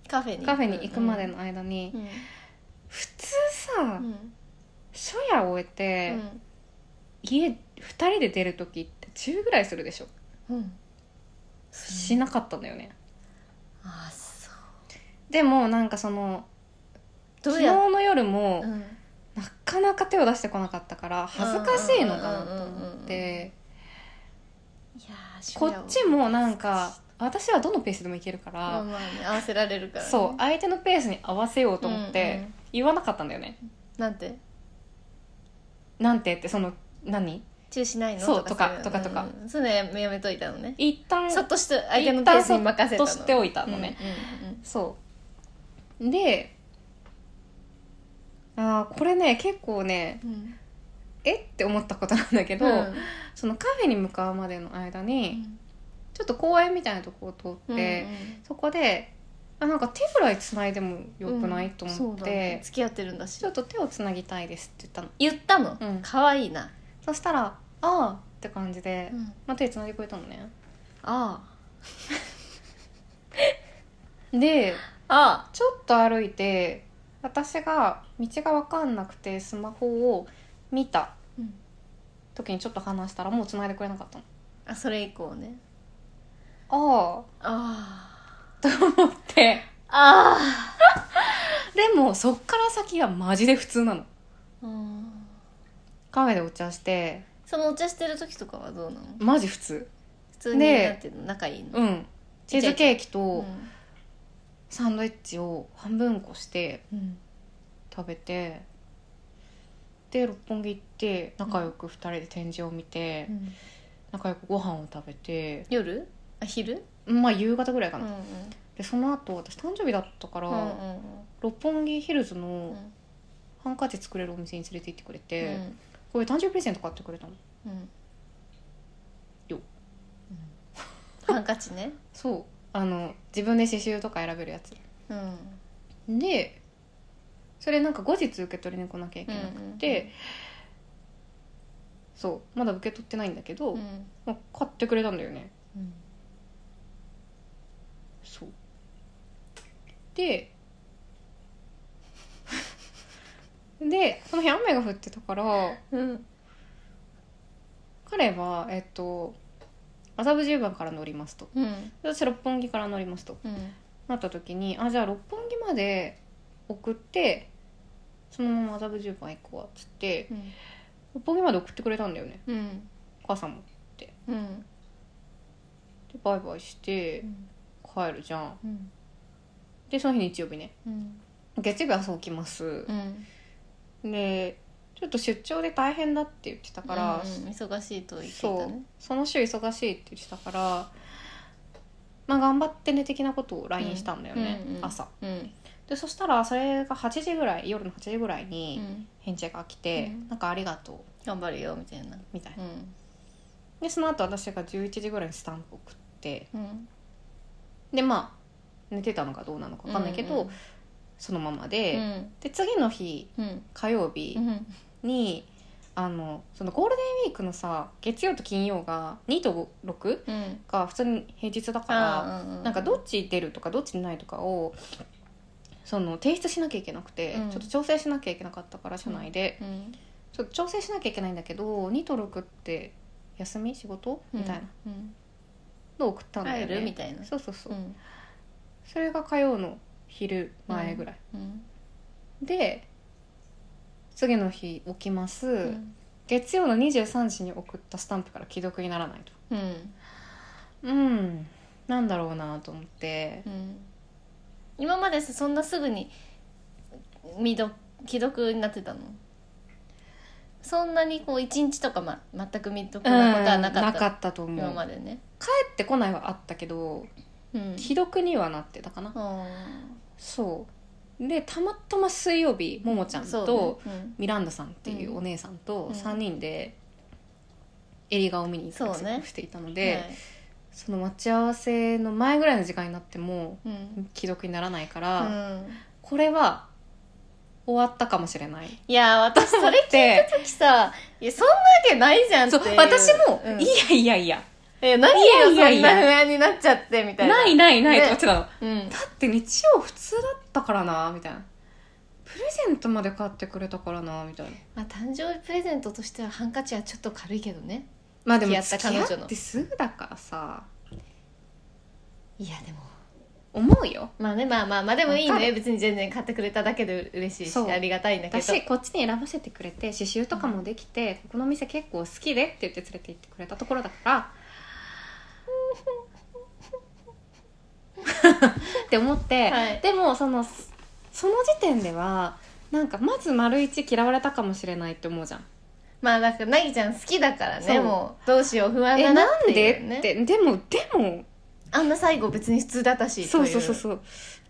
Speaker 2: カフェに
Speaker 1: カフェに行くまでの間に、
Speaker 2: うん
Speaker 1: 普通
Speaker 2: う
Speaker 1: さ
Speaker 2: ん
Speaker 1: 初夜を終えて、家2人で出る時って10ぐらいするでしょ
Speaker 2: うんうん
Speaker 1: しなかったんだよね
Speaker 2: あそう
Speaker 1: でもなんかその
Speaker 2: ど
Speaker 1: 昨
Speaker 2: う
Speaker 1: 日
Speaker 2: やっ
Speaker 1: の夜も
Speaker 2: うん
Speaker 1: なかなか手を出してこなかったから恥ずかしいのかなと思って
Speaker 2: いやーシュ
Speaker 1: こ
Speaker 2: ウヤを
Speaker 1: っちもなんか私はどのペースでもいけるか
Speaker 2: まあ
Speaker 1: ら
Speaker 2: まあね合わせられるからね
Speaker 1: そう相手のペースに合わせようと思っ
Speaker 2: うんう
Speaker 1: て
Speaker 2: ん
Speaker 1: 言わなかったんだよね
Speaker 2: なんて
Speaker 1: なんてってその何
Speaker 2: チューしないの
Speaker 1: そう
Speaker 2: さ
Speaker 1: とかとかとか
Speaker 2: うんそういうのやめといたのね
Speaker 1: 一旦
Speaker 2: そっとして相手のペースに任せた
Speaker 1: 一旦
Speaker 2: の
Speaker 1: そっとしておいたのね
Speaker 2: うんうん
Speaker 1: そうであーこれね結構ね
Speaker 2: うんうん
Speaker 1: えって思ったことなんだけど、
Speaker 2: うん
Speaker 1: そのカフェに向かうまでの間
Speaker 2: う
Speaker 1: に、
Speaker 2: ん
Speaker 1: ちょっと公園みたいなとこを通って、そこであなんか手ぐらいつないでもよくない、
Speaker 2: うん
Speaker 1: と
Speaker 2: そ
Speaker 1: 思
Speaker 2: う
Speaker 1: って、
Speaker 2: だね付き合ってるんだし
Speaker 1: ちょっと手をつなぎたいですって言ったの
Speaker 2: 言ったの
Speaker 1: うん
Speaker 2: 可愛いな
Speaker 1: そしたらああって感じで、
Speaker 2: うん
Speaker 1: まあ、手つないでくれたのね
Speaker 2: あ
Speaker 1: [LAUGHS] で
Speaker 2: ああ
Speaker 1: ちょっと歩いて私が道が分かんなくてスマホを見た
Speaker 2: あ
Speaker 1: 時にちょっと話したらもうつないでくれなかったの
Speaker 2: あそれ以降ね
Speaker 1: あ
Speaker 2: あ
Speaker 1: あって
Speaker 2: ああ
Speaker 1: でもそっから先はマジで普通なの
Speaker 2: あ
Speaker 1: カフェでお茶して
Speaker 2: そのお茶してる時とかはどうなの
Speaker 1: マジ普通
Speaker 2: 普通に
Speaker 1: ね
Speaker 2: なんていうの仲いいの
Speaker 1: うんチーズケーキと
Speaker 2: ん
Speaker 1: サンドイッチを半分こして
Speaker 2: うん
Speaker 1: 食べてで六本木行って仲良く2人で展示を見て仲良くご飯を食べて
Speaker 2: 夜あ昼
Speaker 1: まあ夕方ぐらいか
Speaker 2: うんう
Speaker 1: なんでその後私誕生日だったか
Speaker 2: う
Speaker 1: ら
Speaker 2: んうん
Speaker 1: 六本木ヒルズ
Speaker 2: う
Speaker 1: の
Speaker 2: ん
Speaker 1: ハンカチ作れるお店に連れて行ってくれ
Speaker 2: う
Speaker 1: て
Speaker 2: ん
Speaker 1: こういう誕生日プレゼント買ってくれたの
Speaker 2: うん
Speaker 1: よ
Speaker 2: うんハンカチね
Speaker 1: そうあの自分で刺繍とか選べるやつ
Speaker 2: うん
Speaker 1: でそれなんか後日受け取りに来なきゃいけなくて、そうまだ受け取ってないんだけど、
Speaker 2: うん
Speaker 1: まあ買ってくれたんだよね
Speaker 2: うん
Speaker 1: そうででその日雨が降ってたから
Speaker 2: うん
Speaker 1: 彼はえっと麻布十番から乗りますと
Speaker 2: うん
Speaker 1: 私六本木から乗りますと
Speaker 2: うん
Speaker 1: なった時にあじゃあ六本木まで送ってそのまま麻布十番行こうわっつって
Speaker 2: うん
Speaker 1: 六本木まで送ってくれたんだよね
Speaker 2: うん
Speaker 1: お母さんも
Speaker 2: うん
Speaker 1: でバイバイして帰るじゃん
Speaker 2: うん
Speaker 1: でその日日曜日ね
Speaker 2: うん
Speaker 1: 月曜日朝起きます
Speaker 2: うん
Speaker 1: でちょっと出張で大変だって言ってたから、
Speaker 2: うんうん忙しいと言っていた
Speaker 1: そう
Speaker 2: ね
Speaker 1: その週忙しいって言ってたからまあ頑張ってね的なことを LINE したんだよね、
Speaker 2: うんうんうん
Speaker 1: 朝
Speaker 2: うん
Speaker 1: でそしたらそれが8時ぐらい夜の8時ぐらいうに
Speaker 2: ん
Speaker 1: 返事が来て、
Speaker 2: うん
Speaker 1: なんかありがとう
Speaker 2: 頑張るよみたいな
Speaker 1: みたいな
Speaker 2: うん
Speaker 1: でその後私が11時ぐらいにスタンプ送って
Speaker 2: うん
Speaker 1: でまあ寝てたのかどうなのか分かんないけど、
Speaker 2: うんうん
Speaker 1: そのまま
Speaker 2: う
Speaker 1: で、
Speaker 2: ん
Speaker 1: で次の日
Speaker 2: うん
Speaker 1: 火曜日
Speaker 2: うん
Speaker 1: に、あのそのゴールデンウィークのさ月曜と金曜が2と6
Speaker 2: うん
Speaker 1: が普通に平日だから
Speaker 2: あーう
Speaker 1: なんかどっち出るとかどっち出ないとかをその提出しなきゃいけなくて、
Speaker 2: うん
Speaker 1: ちょっと調整しなきゃいけなかったから社内で、
Speaker 2: うん
Speaker 1: ちょっと調整しなきゃいけないんだけど2と6って休み仕事みたいな
Speaker 2: うん
Speaker 1: のを送ったんだ
Speaker 2: 帰
Speaker 1: よ
Speaker 2: るみ
Speaker 1: ね。
Speaker 2: たいな
Speaker 1: そうそうそう、
Speaker 2: うん
Speaker 1: それが火曜の昼前ぐらい、
Speaker 2: うん
Speaker 1: で次の日起きます、
Speaker 2: うん
Speaker 1: 月曜の23時に送ったスタンプから既読にならないと
Speaker 2: うん
Speaker 1: うんなんだろうなと思って
Speaker 2: うん今までさそんなすぐに未読既読になってたのそんなにこう一日とか、ま、全く未読なことはなか
Speaker 1: な
Speaker 2: っ
Speaker 1: か
Speaker 2: た
Speaker 1: ったと思う
Speaker 2: 今
Speaker 1: 帰
Speaker 2: までね
Speaker 1: ってこないはあったけど
Speaker 2: うん
Speaker 1: 既読にはなってたかな、そうでたまたま水曜日ももちゃんと、
Speaker 2: うんそうねうん
Speaker 1: ミランダさんっていうお姉さんと
Speaker 2: うん
Speaker 1: 3人で映画を見に行ったり
Speaker 2: そうね
Speaker 1: していたので、その待ち合わせの前ぐらいの時間になっても
Speaker 2: はいうん
Speaker 1: 既読にならないから、
Speaker 2: うん
Speaker 1: これは終わったかもしれない
Speaker 2: いや私それ
Speaker 1: で
Speaker 2: 聞いた時さ「いやそんなわけないじゃん」って
Speaker 1: そう
Speaker 2: いう
Speaker 1: 私も、
Speaker 2: うん
Speaker 1: いやいやいや
Speaker 2: え何よ
Speaker 1: いやいやいや
Speaker 2: そんな不安になっちゃってみたいな
Speaker 1: ないないないと
Speaker 2: ね
Speaker 1: 思ってたの、だ
Speaker 2: うん
Speaker 1: って日曜普通だったからなみたいなプレゼントまで買ってくれたからなみたいな
Speaker 2: まあ、誕生日プレゼントとしてはハンカチはちょっと軽いけどね
Speaker 1: まあでも
Speaker 2: 付
Speaker 1: 付
Speaker 2: き合っ
Speaker 1: き
Speaker 2: た彼
Speaker 1: 合
Speaker 2: 女の
Speaker 1: ってすぐだからさ
Speaker 2: いやでも
Speaker 1: 思うよ
Speaker 2: まあねまあまあまあでもいい
Speaker 1: わか
Speaker 2: ね
Speaker 1: る
Speaker 2: 別に全然買ってくれただけで嬉しいし
Speaker 1: そう
Speaker 2: ありがたいんだけど
Speaker 1: 私こっちに選ばせてくれて刺繍とかもできて、ここの店結構好きでって言って連れて行ってくれたところだから
Speaker 2: [LAUGHS]
Speaker 1: って思って、
Speaker 2: はい
Speaker 1: でもそのその時点ではなんかまず丸一嫌われたかもしれないって思うじゃん。
Speaker 2: まあなんかなぎちゃん好きだから
Speaker 1: そ
Speaker 2: ね
Speaker 1: う
Speaker 2: もうどうしよう不安
Speaker 1: え
Speaker 2: だな
Speaker 1: な
Speaker 2: っ
Speaker 1: ん
Speaker 2: てい
Speaker 1: で
Speaker 2: う、ね、
Speaker 1: ってでもでも
Speaker 2: あんな最後別に普通だったし
Speaker 1: そうそうそう
Speaker 2: う
Speaker 1: そう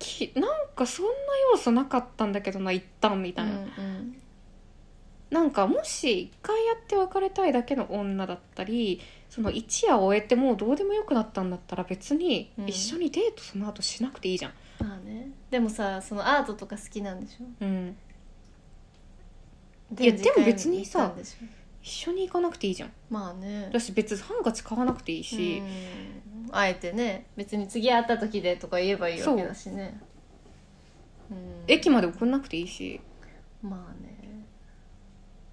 Speaker 1: きなんかそんな要素なかったんだけどな一旦みた
Speaker 2: う
Speaker 1: い
Speaker 2: ん
Speaker 1: な、
Speaker 2: うん
Speaker 1: なんかもし一回やって別れたいだけの女だったりその一夜終えてもうどうでもよくなったんだったら別に
Speaker 2: うん
Speaker 1: 一緒にデートその後しなくていいじゃん、
Speaker 2: まあねでもさそのアートとか好きなんでしょ
Speaker 1: うん、
Speaker 2: 展示会
Speaker 1: でも別にさ
Speaker 2: 行ったんでしょ
Speaker 1: 一緒に行かなくていいじゃん
Speaker 2: まあね
Speaker 1: 私別にハンカチ買わなくていいし、
Speaker 2: うんあえてね別に次会った時でとか言えばいいわけだしねうん
Speaker 1: 駅まで送んなくていいし
Speaker 2: まあね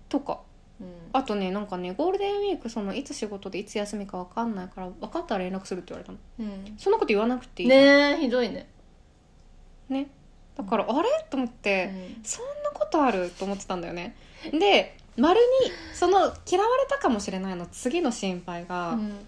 Speaker 1: とか
Speaker 2: うん
Speaker 1: あとねなんかねゴールデンウィークそのいつ仕事でいつ休みか分かんないから分かったら連絡するって言われたの
Speaker 2: うん
Speaker 1: そんなこと言わなくていいじゃん
Speaker 2: ねえひどいね、
Speaker 1: ねだからあれと思って、
Speaker 2: うん
Speaker 1: そんなことあると思ってたんだよねで丸にその嫌われたかもしれないの次の心配が、
Speaker 2: うん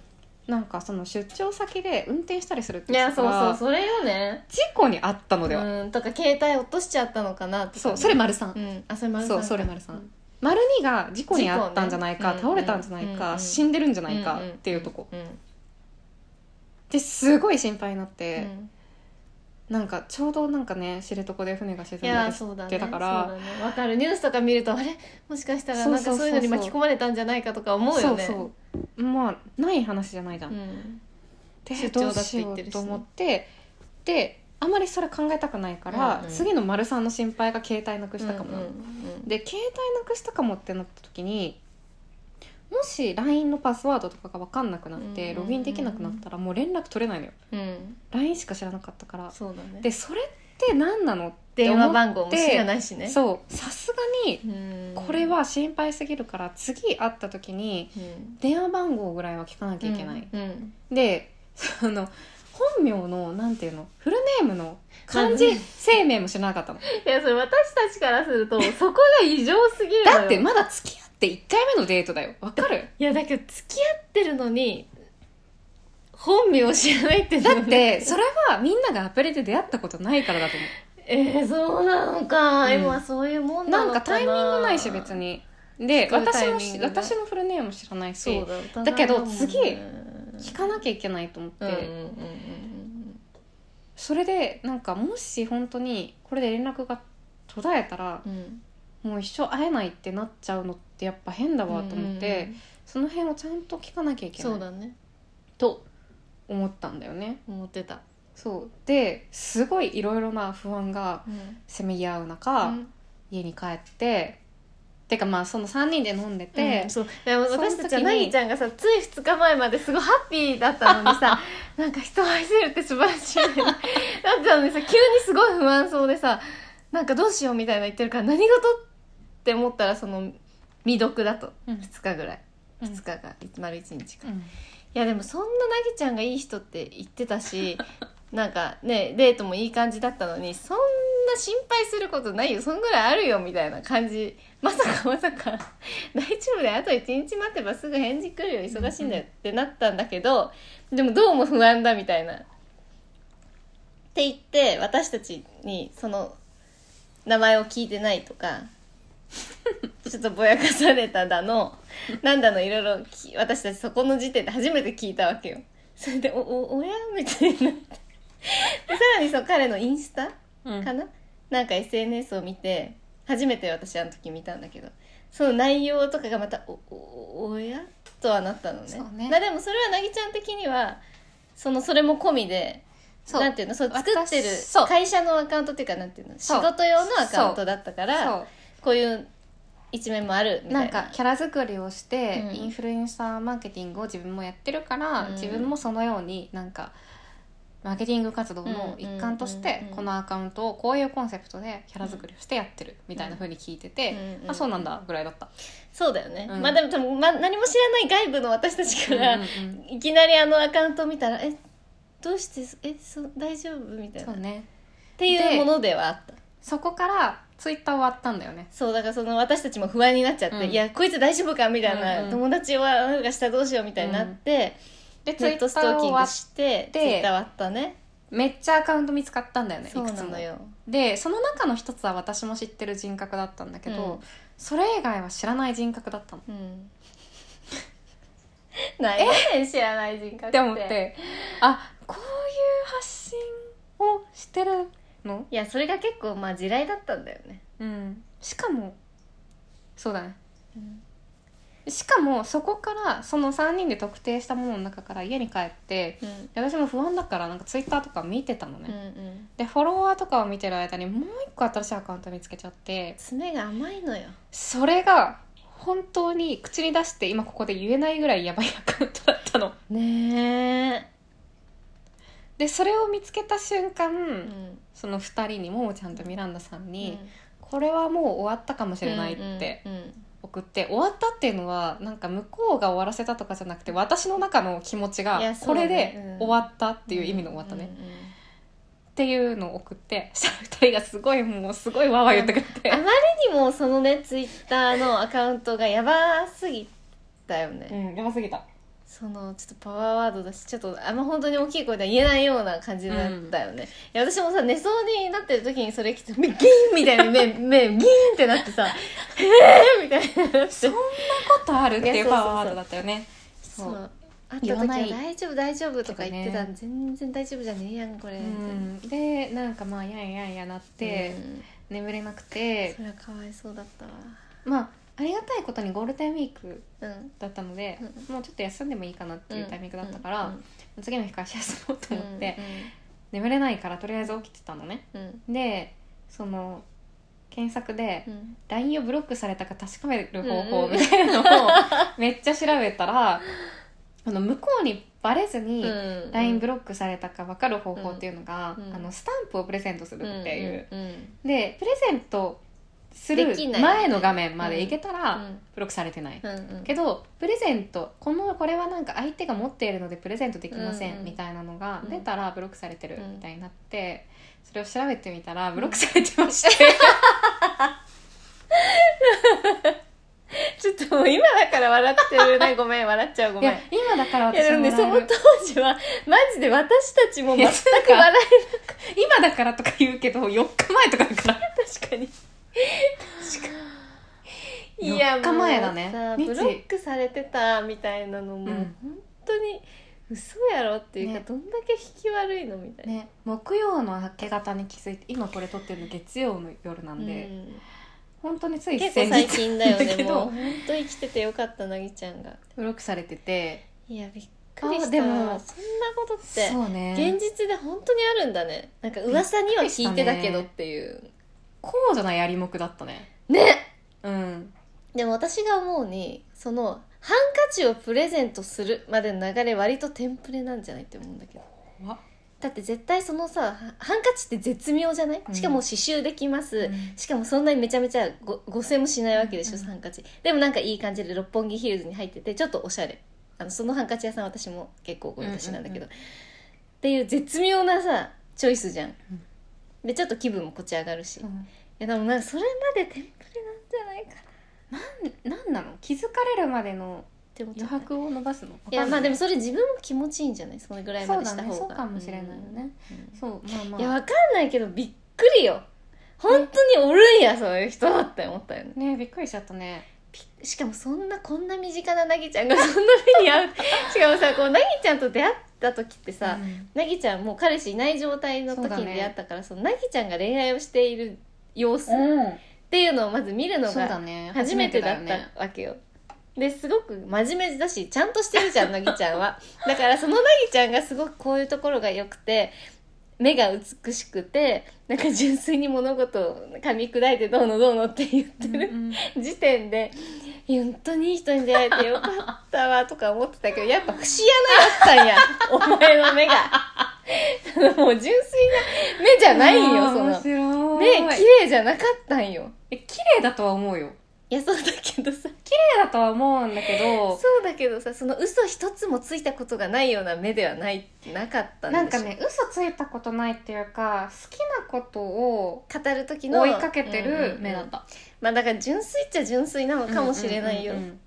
Speaker 1: なんかその出張先で運転したりするって
Speaker 2: いや
Speaker 1: 言ってた
Speaker 2: そう
Speaker 1: から
Speaker 2: そうそれよね
Speaker 1: 事故にあったのでは、
Speaker 2: うんとか携帯落としちゃったのかなとかね
Speaker 1: そうそれ丸さん、
Speaker 2: うんあそれ丸さん
Speaker 1: そうそれ丸さん丸2が事故にあったんじゃないか、
Speaker 2: 事故
Speaker 1: 倒
Speaker 2: ね
Speaker 1: れたんじゃない
Speaker 2: うんうん
Speaker 1: か、
Speaker 2: うん
Speaker 1: 死んでるんじゃないかっていうとこ、
Speaker 2: うんうん
Speaker 1: ですごい心配になっ
Speaker 2: う
Speaker 1: て、
Speaker 2: ん
Speaker 1: なんかちょうどなんかね知床で船が沈ん
Speaker 2: い
Speaker 1: で
Speaker 2: や
Speaker 1: る
Speaker 2: そうだ
Speaker 1: っ
Speaker 2: ね
Speaker 1: て
Speaker 2: そ
Speaker 1: た
Speaker 2: う
Speaker 1: から
Speaker 2: だねわかるニュースとか見るとあれもしかしたらなん
Speaker 1: そ
Speaker 2: か
Speaker 1: うそうそうそう
Speaker 2: そういうのに巻き込まれたんじゃないかとか思うよね
Speaker 1: そうそうまあない話じゃないじゃん、
Speaker 2: うん
Speaker 1: で
Speaker 2: 出
Speaker 1: どう
Speaker 2: 張だって
Speaker 1: し
Speaker 2: 言
Speaker 1: よ
Speaker 2: って
Speaker 1: う
Speaker 2: るしね
Speaker 1: と思ってであまりそれ考えたくないから、
Speaker 2: うんうん
Speaker 1: 次の丸さんの心配が携帯なくしたかもな
Speaker 2: うん
Speaker 1: の、
Speaker 2: うんうん
Speaker 1: で携帯なくしたかもってなった時にもし LINE のパスワードとかが分かんなくなって
Speaker 2: うんうんうん
Speaker 1: ログインできなくなったらもう連絡取れないのよ
Speaker 2: うん、
Speaker 1: LINE しか知らなかったから
Speaker 2: そうだね
Speaker 1: でそれって何なのって
Speaker 2: 電
Speaker 1: 思っ
Speaker 2: 話
Speaker 1: て
Speaker 2: 番号も知らないしね
Speaker 1: そうさすがに
Speaker 2: うん
Speaker 1: これは心配すぎるから次会った時に
Speaker 2: うん
Speaker 1: 電話番号ぐらいは聞かなきゃいけない、
Speaker 2: うん
Speaker 1: でその本名のなんていうのフルネームの漢字姓名も知らなかったの
Speaker 2: いやそれ私たちからする
Speaker 1: [LAUGHS]
Speaker 2: とそこが異常すぎるのよ
Speaker 1: だってまだ付き合って1回目のデートだよわかる
Speaker 2: いやだけど付き合ってるのに本名を知らないって
Speaker 1: だ
Speaker 2: だ
Speaker 1: ってそれはみんながアプリで出会ったことないからだと思
Speaker 2: えー、そうなのか、
Speaker 1: うん
Speaker 2: 今そういうも
Speaker 1: うん
Speaker 2: な
Speaker 1: な
Speaker 2: の
Speaker 1: ん
Speaker 2: かな
Speaker 1: かタイミングないし別にで
Speaker 2: 使うタ
Speaker 1: 私
Speaker 2: イ
Speaker 1: も
Speaker 2: ミングが
Speaker 1: 私のフルネーム知らないし
Speaker 2: だお互いだもんね
Speaker 1: だけど次
Speaker 2: うん
Speaker 1: 聞かなきゃいけないと思って、
Speaker 2: うんうんうんうん
Speaker 1: それでなんかもし本当にこれで連絡が途絶えたら
Speaker 2: う、ん
Speaker 1: もう一生会えないってなっちゃうのってやっぱ変だわと思って、
Speaker 2: うんうんうん
Speaker 1: その辺をちゃんと聞かなきゃいけ
Speaker 2: そ
Speaker 1: な
Speaker 2: う
Speaker 1: い
Speaker 2: だね
Speaker 1: と思ったんだよね。
Speaker 2: 思ってた、
Speaker 1: そうですごいいろいろな不安が
Speaker 2: うん
Speaker 1: せめぎ合う中、
Speaker 2: うん
Speaker 1: 家に帰っててかまあその3人で飲んでて、
Speaker 2: うんそうでも私たちは
Speaker 1: その時に
Speaker 2: なぎちゃんがさつい2日前まですごいハッピーだったの
Speaker 1: [LAUGHS]
Speaker 2: にさなんか人を愛せるって素晴らしいねだったのにさ急にすごい不安そうでさなんかどうしようみたいな言ってるから何事って思ったらその未読だと
Speaker 1: うん
Speaker 2: 2日ぐらい
Speaker 1: うん
Speaker 2: 2日が丸1日か、
Speaker 1: う
Speaker 2: い
Speaker 1: ん
Speaker 2: やでもそんななぎちゃんがいい人って言ってたしなんかねデートもいい感じだったのにそんな心配することないよそんぐらいあるよみたいな感じまさかまさか [LAUGHS] 大丈夫だよあと1日待てばすぐ返事来るよ忙しいんだよってなったんだけどでもどうも不安だみたいな。って言って私たちにその名前を聞いてないとかちょっとぼやかされただのなんだのいろいろき私たちそこの時点で初めて聞いたわけよそれで「おおおや?」みたいになってでさらにその彼のインスタ
Speaker 1: うん
Speaker 2: かな、なんか SNS を見て初めて私あの時見たんだけどその内容とかがまた「おおおや?」とはなったのね
Speaker 1: そうね
Speaker 2: だでもそれはなぎちゃん的にはそのそれも込みで
Speaker 1: そう
Speaker 2: なんていうのそう作ってる
Speaker 1: 私そう
Speaker 2: 会社のアカウントっていうかなんていうの仕
Speaker 1: そう
Speaker 2: 事用のアカウントだったから
Speaker 1: そ
Speaker 2: こういう一面もある
Speaker 1: う
Speaker 2: みた
Speaker 1: ないん
Speaker 2: な
Speaker 1: かキャラ作りをして、
Speaker 2: うん
Speaker 1: インフルエンサーマーケティングを自分もやってるから、
Speaker 2: うん
Speaker 1: 自分もそのようになんかマーケティング活動の一環として、
Speaker 2: うんうんうんうん
Speaker 1: このアカウントをこういうコンセプトでキャラ作りをしてやってるみたいな風に聞いてて、
Speaker 2: うんうん
Speaker 1: あそうなんだぐらいだった。
Speaker 2: そうだよね、
Speaker 1: うん
Speaker 2: まあでも多分、ま、何も知らない外部の私たちから、
Speaker 1: うんうんうん
Speaker 2: いきなりあのアカウントを見たら「えどうしてえそ大丈夫?」みたい
Speaker 1: そ
Speaker 2: な、
Speaker 1: うね
Speaker 2: っていうものではあった
Speaker 1: そこからツイッター終わったんだよね。
Speaker 2: そうだからその私たちも不安になっちゃって
Speaker 1: う
Speaker 2: 「
Speaker 1: ん
Speaker 2: いやこいつ大丈夫か?」みたいな、
Speaker 1: うんうん
Speaker 2: 友達はなんかしたらどうしようみたいになって、
Speaker 1: で
Speaker 2: ず
Speaker 1: ツイッ
Speaker 2: っ
Speaker 1: タ
Speaker 2: と
Speaker 1: ー
Speaker 2: ストーキ
Speaker 1: 終
Speaker 2: ン
Speaker 1: わ
Speaker 2: グ
Speaker 1: っ
Speaker 2: してツイ
Speaker 1: で
Speaker 2: ッター割ったね
Speaker 1: めっちゃアカウント見つかったんだよねい
Speaker 2: そう
Speaker 1: く
Speaker 2: な
Speaker 1: つも
Speaker 2: の。よ
Speaker 1: でその中の一つは私も知ってる人格だったんだけど、
Speaker 2: うん
Speaker 1: それ以外は知らない人格だったの。
Speaker 2: うん
Speaker 1: [LAUGHS]
Speaker 2: ないねん知らない人格
Speaker 1: って思ってあこういう発信をしてるの、
Speaker 2: いやそれが結構まあ地雷だったんだよね、
Speaker 1: うん、しかもそうだねしかもそこからその3人で特定したものの中から家に帰って
Speaker 2: うん
Speaker 1: 私も不安だからなんかツイッターとか見てたのね、
Speaker 2: うんうん
Speaker 1: でフォロワーとかを見てる間にもう一個新しいアカウント見つけちゃって
Speaker 2: 爪が甘いのよ
Speaker 1: それが本当に口に出して今ここで言えないぐらいやばいアカウントだったの
Speaker 2: ね
Speaker 1: でそれを見つけた瞬間、
Speaker 2: えうん
Speaker 1: その2人にももちゃんとミランダさんに、これはもう終わったかもしれないって
Speaker 2: うんうんうん
Speaker 1: 送って、終わったっていうのはなんか向こうが終わらせたとかじゃなくて私の中の気持ち
Speaker 2: いや
Speaker 1: が
Speaker 2: そ
Speaker 1: こ
Speaker 2: うね
Speaker 1: れで終わったっていう意味の終わったね、っていうのを送ってそしたら2人がすごいもうすごいわーわー言ってくれ
Speaker 2: あ
Speaker 1: て、
Speaker 2: まりにもそのねツイッターのアカウントがやばすぎたよね、
Speaker 1: [LAUGHS] うん、やばすぎた
Speaker 2: そのちょっとパワーワードだしちょっとあんま本当に大きい声では言えないような感じだったよね、いや私もさ寝そうになってる時にそれ来てギーンみたいに目目ギーンってなって
Speaker 1: [LAUGHS]
Speaker 2: さ「ええー!」みたいになって
Speaker 1: そんなことあるって
Speaker 2: い
Speaker 1: い
Speaker 2: や
Speaker 1: う
Speaker 2: そうそうそう
Speaker 1: パワーワードだったよね
Speaker 2: そう
Speaker 1: そう
Speaker 2: 会った時
Speaker 1: 言
Speaker 2: は
Speaker 1: わない
Speaker 2: 「大丈夫大丈夫」とか言って
Speaker 1: け
Speaker 2: た
Speaker 1: ど
Speaker 2: の全然大丈夫じゃねえやんこれ、
Speaker 1: うんでなんかまあやんやんやなっ
Speaker 2: みたい
Speaker 1: て
Speaker 2: な、うん
Speaker 1: 眠れなくて
Speaker 2: それはかわいそうだったわ
Speaker 1: まあありがたいことにゴールデンウィーク
Speaker 2: うん
Speaker 1: だったので、もうちょっと休んでもいいかなっていうタイミングだったから、
Speaker 2: うんうん
Speaker 1: 次の日会社休もうと思って、
Speaker 2: う
Speaker 1: 眠れないからとりあえず起きてたのね
Speaker 2: んうん
Speaker 1: でその検索で
Speaker 2: うん
Speaker 1: LINE をブロックされたか確かめる方
Speaker 2: う
Speaker 1: 法
Speaker 2: んうん
Speaker 1: みたいなの [LAUGHS] をめっちゃ調べたらあの向こうにバレずに
Speaker 2: うん
Speaker 1: LINE ブロックされたか分かる方法っていうのが、
Speaker 2: うん
Speaker 1: あのスタンプをプレゼントするっていう、
Speaker 2: うんうん
Speaker 1: でプレゼントする
Speaker 2: できない
Speaker 1: 前の画面までいけた
Speaker 2: う
Speaker 1: ら
Speaker 2: ん
Speaker 1: ブロックされてない
Speaker 2: うんうん
Speaker 1: けどプレゼントこのこれはなんか相手が持っているのでプレゼントできませ
Speaker 2: うん
Speaker 1: ん
Speaker 2: うん
Speaker 1: みたいなのが
Speaker 2: うん
Speaker 1: 出たらブロックされてる
Speaker 2: うん
Speaker 1: みたいになってそれを調べてみたらブロックされてまして
Speaker 2: ちょっともう今だから笑ってるねごめん笑っちゃうご
Speaker 1: い
Speaker 2: めん
Speaker 1: や今だから
Speaker 2: い
Speaker 1: 私
Speaker 2: やでも
Speaker 1: も
Speaker 2: ね
Speaker 1: 笑
Speaker 2: そ
Speaker 1: え
Speaker 2: の
Speaker 1: る
Speaker 2: 当時はマジで私たちも全く笑えなか
Speaker 1: 今だからとか言うけど4日前とかだから
Speaker 2: った確かに確かに
Speaker 1: 4日前だね
Speaker 2: いやもう
Speaker 1: 日
Speaker 2: さブロックされてたみたいなのも、
Speaker 1: うん
Speaker 2: 本当に嘘やろっていうか、
Speaker 1: ね
Speaker 2: どんだけ引き悪いのみたいな、
Speaker 1: ね、木曜の明け方に気づいて今これ撮ってるの月曜の夜な
Speaker 2: うん
Speaker 1: で、
Speaker 2: ん
Speaker 1: 本当につい
Speaker 2: 結
Speaker 1: 先
Speaker 2: 構
Speaker 1: 日
Speaker 2: 最近だよ
Speaker 1: だ
Speaker 2: ね
Speaker 1: けど
Speaker 2: もう本当生きててよかったなぎちゃんが
Speaker 1: ブロックされてて
Speaker 2: いやびっくりした
Speaker 1: あでも
Speaker 2: そんなことって
Speaker 1: そうね
Speaker 2: 現実で本当にあるんだねなんか噂には聞いてたけどっていう
Speaker 1: 高度なやりもくだったね
Speaker 2: ね
Speaker 1: うん
Speaker 2: でも私が思うにそのハンカチをプレゼントするまでの流れ割とテンプレなんじゃないって思うんだけど
Speaker 1: 怖っ
Speaker 2: だって絶対そのさハハンカチって絶妙じゃない、
Speaker 1: うん
Speaker 2: しかも刺繍できます、
Speaker 1: うん
Speaker 2: しかもそんなにめちゃめちゃご5000もしないわけでしょ、
Speaker 1: うん
Speaker 2: ハンカチでもなんかいい感じで六本木ヒルズに入っててちょっとおしゃれあのそのハンカチ屋さん私も結構ご用達なんだけど、
Speaker 1: うん
Speaker 2: っていう絶妙なさチョイスじゃん、
Speaker 1: ん
Speaker 2: でちょっと気分もこっち上がるし、
Speaker 1: う
Speaker 2: い
Speaker 1: ん
Speaker 2: やでもなんかそれまでテンプレなんじゃないかなっ
Speaker 1: なんなの気づかれるまでの
Speaker 2: て思っちゃ
Speaker 1: 余
Speaker 2: った
Speaker 1: 白を伸ばすの
Speaker 2: いやまあでも
Speaker 1: そ
Speaker 2: それ自分も気持ちいいんじゃないそのぐらいま
Speaker 1: う
Speaker 2: で
Speaker 1: だ
Speaker 2: した
Speaker 1: ね
Speaker 2: 方が
Speaker 1: そうかもしれないよね、
Speaker 2: うんうん
Speaker 1: そうまあまあ
Speaker 2: いやわかんないけどびっくりよ本当におるんやそういう人って思ったよね
Speaker 1: ねびっくりしちゃったね
Speaker 2: しかもそんなこんな身近ななぎちゃんがそんな目に遭う
Speaker 1: [LAUGHS]
Speaker 2: しかもさこうなぎちゃんと出会った時ってさ、
Speaker 1: うん
Speaker 2: なぎちゃんもう彼氏いない状態の
Speaker 1: そ
Speaker 2: 時
Speaker 1: うだ
Speaker 2: に
Speaker 1: ね
Speaker 2: 出会ったからそのなぎちゃんが恋愛をしている様子っ
Speaker 1: うん
Speaker 2: ていうのをまず見るの
Speaker 1: そうだ
Speaker 2: が
Speaker 1: ね
Speaker 2: 初めてだ
Speaker 1: よ
Speaker 2: っ
Speaker 1: ね
Speaker 2: たわけよ。ですごく真面目だしちゃんとしてる
Speaker 1: [LAUGHS]
Speaker 2: じゃんなぎちゃんはだからそのなぎちゃんがすごくこういうところが良くて目が美しくてなんか純粋に物事を噛み砕いてどうのどうのって言ってる
Speaker 1: うんうん
Speaker 2: 時点でいや本当にいい人に出会えてよかったわとか思ってたけどやっぱ節穴やったんやお前の目がそのもう純粋な目じゃない
Speaker 1: い
Speaker 2: よ
Speaker 1: や
Speaker 2: その
Speaker 1: 面白
Speaker 2: 目
Speaker 1: い
Speaker 2: 綺麗じゃなかったんよ
Speaker 1: え綺麗だとは思うよ
Speaker 2: いやそうだけどさ
Speaker 1: 綺麗だとは思うんだけど
Speaker 2: そうだけどさその嘘一つもついたことがないような目ではないなかったんでしょ
Speaker 1: なんかね嘘ついたことないっていうか好きなことを
Speaker 2: 語る時の
Speaker 1: 追いかけてる目だ
Speaker 2: うんうんうん
Speaker 1: った、
Speaker 2: まあだから純粋っちゃ純粋なのかもしれないよ、
Speaker 1: うんうんうんうん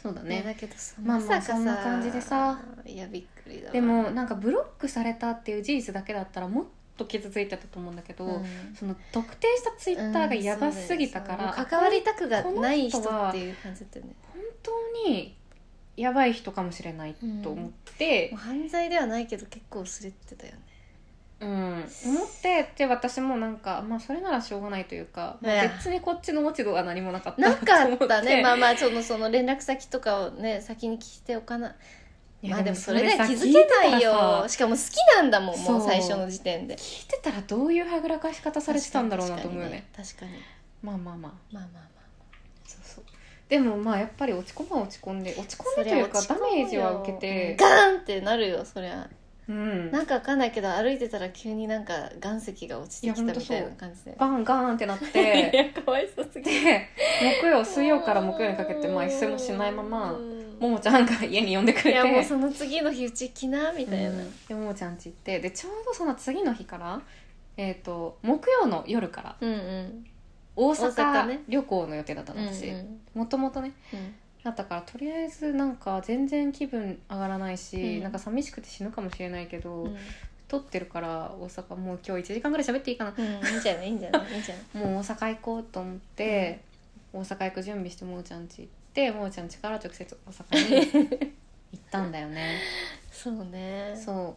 Speaker 1: そうだ
Speaker 2: ね、
Speaker 1: ね
Speaker 2: だけどさ
Speaker 1: まあまあ
Speaker 2: さかさ
Speaker 1: そんな感じでさ
Speaker 2: いやびっくりだわ
Speaker 1: でもなんかブロックされたっていう事実だけだったらもっと傷ついてたと思うんだけど、
Speaker 2: うん
Speaker 1: その特定したツイッターがやばすぎたから、
Speaker 2: うん関わりたくが
Speaker 1: この
Speaker 2: ない人
Speaker 1: 人は
Speaker 2: っていう感じだったよね
Speaker 1: 本当にやばい人かもしれないと思って
Speaker 2: もう、犯罪ではないけど結構すれてたよね
Speaker 1: うん思ってで私もなんか、まあ、それならしょうがないというか、
Speaker 2: ね
Speaker 1: 別にこっちの落ち度は何もなかった
Speaker 2: [LAUGHS]
Speaker 1: と
Speaker 2: な
Speaker 1: 思
Speaker 2: か
Speaker 1: て
Speaker 2: ったねまあまあそのその連絡先とかをね先に聞いておかない
Speaker 1: や
Speaker 2: まあでもそれ
Speaker 1: で
Speaker 2: では気づ
Speaker 1: 聞て
Speaker 2: け
Speaker 1: た
Speaker 2: な
Speaker 1: ら
Speaker 2: いよ
Speaker 1: さ
Speaker 2: しかも好きなんだもんもう
Speaker 1: そう
Speaker 2: 最初の時点で
Speaker 1: 聞いてたらどういうはぐらかし方されてたんだろうなと思うよね
Speaker 2: 確かにね
Speaker 1: まあまあまあ
Speaker 2: まあまあまあ
Speaker 1: そうそうでもまあやっぱり落ち込むは落ち込んで落ち込んでと
Speaker 2: そり
Speaker 1: い
Speaker 2: ゃ
Speaker 1: うか
Speaker 2: 落ち込
Speaker 1: ダ
Speaker 2: むよ
Speaker 1: メージは受けて
Speaker 2: ガーンってなるよそりゃ
Speaker 1: うん
Speaker 2: なんかわかんないけど歩いてたら急になんか岩石が落ちてきたみたいな感じで
Speaker 1: ガンガンってなって
Speaker 2: [LAUGHS] いやかわいそうすぎ
Speaker 1: で木曜水曜から木曜にかけてまあ一睡もしないままももちゃんが家に呼んでく
Speaker 2: い
Speaker 1: れて
Speaker 2: やもうその次の日うち来なみ
Speaker 1: うん
Speaker 2: たいな、
Speaker 1: でももちゃん家行ってでちょうどその次の日からえっ、と木曜の夜から
Speaker 2: うんうん
Speaker 1: 大
Speaker 2: 大阪
Speaker 1: 阪
Speaker 2: ね
Speaker 1: 旅行の予定だった
Speaker 2: うん
Speaker 1: の私
Speaker 2: うん
Speaker 1: もともとね
Speaker 2: うん
Speaker 1: だったからとりあえずなんか全然気分上がらないし、
Speaker 2: うん
Speaker 1: なんか寂しくて死ぬかもしれないけど、
Speaker 2: うん
Speaker 1: 撮ってるから大阪もう今日1時間ぐらい喋っていいかな
Speaker 2: うんいいんじゃないいいんじゃないいいんじゃない
Speaker 1: もう大阪行こうと思って、大阪行く準備してもーちゃん家行ってもーちゃん家から直接大阪に
Speaker 2: [LAUGHS]
Speaker 1: 行ったんだよね
Speaker 2: そうね
Speaker 1: そう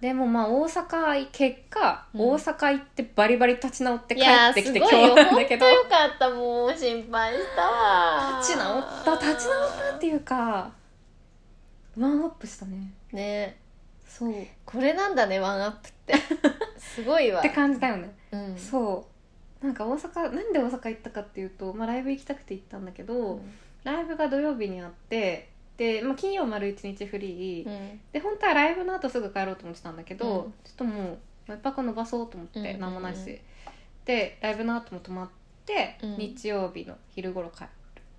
Speaker 1: でもまあ大阪結果、
Speaker 2: うん
Speaker 1: 大阪行ってバリバリ立ち直って
Speaker 2: い
Speaker 1: 帰
Speaker 2: や
Speaker 1: っ
Speaker 2: ーす
Speaker 1: て
Speaker 2: ご
Speaker 1: き
Speaker 2: い
Speaker 1: て
Speaker 2: よ
Speaker 1: 今日なんだ
Speaker 2: 本
Speaker 1: けど
Speaker 2: 当よかったもう心配したわ
Speaker 1: 立ち直った立ち直ったっていうかワンアップしたね
Speaker 2: ね
Speaker 1: そうっ
Speaker 2: これなんだねワンアップって
Speaker 1: [LAUGHS]
Speaker 2: すごいわ
Speaker 1: て感じだよね
Speaker 2: うん
Speaker 1: そうなんか大阪なんで大阪行ったかっていうと、まあ、ライブ行きたくて行ったんだけど、
Speaker 2: うん
Speaker 1: ライブが土曜日にあってで、まあ、金曜丸一日フリー、
Speaker 2: うん
Speaker 1: で本当はライブの後すぐ帰ろうと思ってたんだけど、
Speaker 2: うん
Speaker 1: ちょっともう一泊伸ばそうと思って、
Speaker 2: うんうんうん
Speaker 1: 何もないしでライブの後も泊まって、
Speaker 2: うん
Speaker 1: 日曜日の昼頃帰る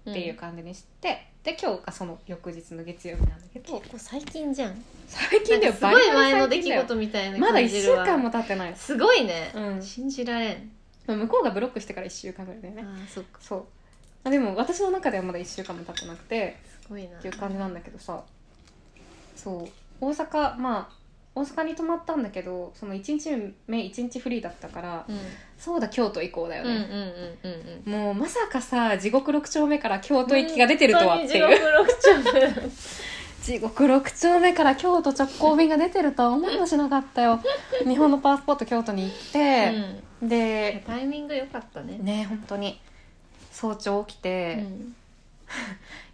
Speaker 2: うん
Speaker 1: っていう感じにして、で今日がその翌日の月曜日なんだけど
Speaker 2: 結構最近じゃん
Speaker 1: 最近
Speaker 2: な
Speaker 1: で
Speaker 2: んかすごい前の出来
Speaker 1: だよ
Speaker 2: 事みたいな
Speaker 1: まだ
Speaker 2: 感
Speaker 1: 1
Speaker 2: じ
Speaker 1: 週
Speaker 2: るわ
Speaker 1: 間も経ってないです、
Speaker 2: すごいね
Speaker 1: う、ん
Speaker 2: 信じられん
Speaker 1: まあ、向こうがブロックしてから1週間ぐらいだよ
Speaker 2: あ
Speaker 1: ね
Speaker 2: ーそっか
Speaker 1: そうあでも私の中ではまだ1週間も経ってなくて
Speaker 2: すごいな
Speaker 1: っていう感じなんだけどさそう大阪まあ大阪に泊まったんだけどその1日目1日フリーだったから
Speaker 2: うん
Speaker 1: そうだ京都行こうだよ
Speaker 2: うんうん
Speaker 1: ね、
Speaker 2: うんうん
Speaker 1: もうまさかさ地獄6丁目から京都行きが出てるとはっていう、
Speaker 2: 本当に地獄六丁目
Speaker 1: 地獄6丁目から京都直行便が出てるとは思いもしなかったよ日本のパスポート京都に行って、で
Speaker 2: タイミング良かったね。
Speaker 1: ね本当に早朝起き
Speaker 2: う
Speaker 1: て、
Speaker 2: ん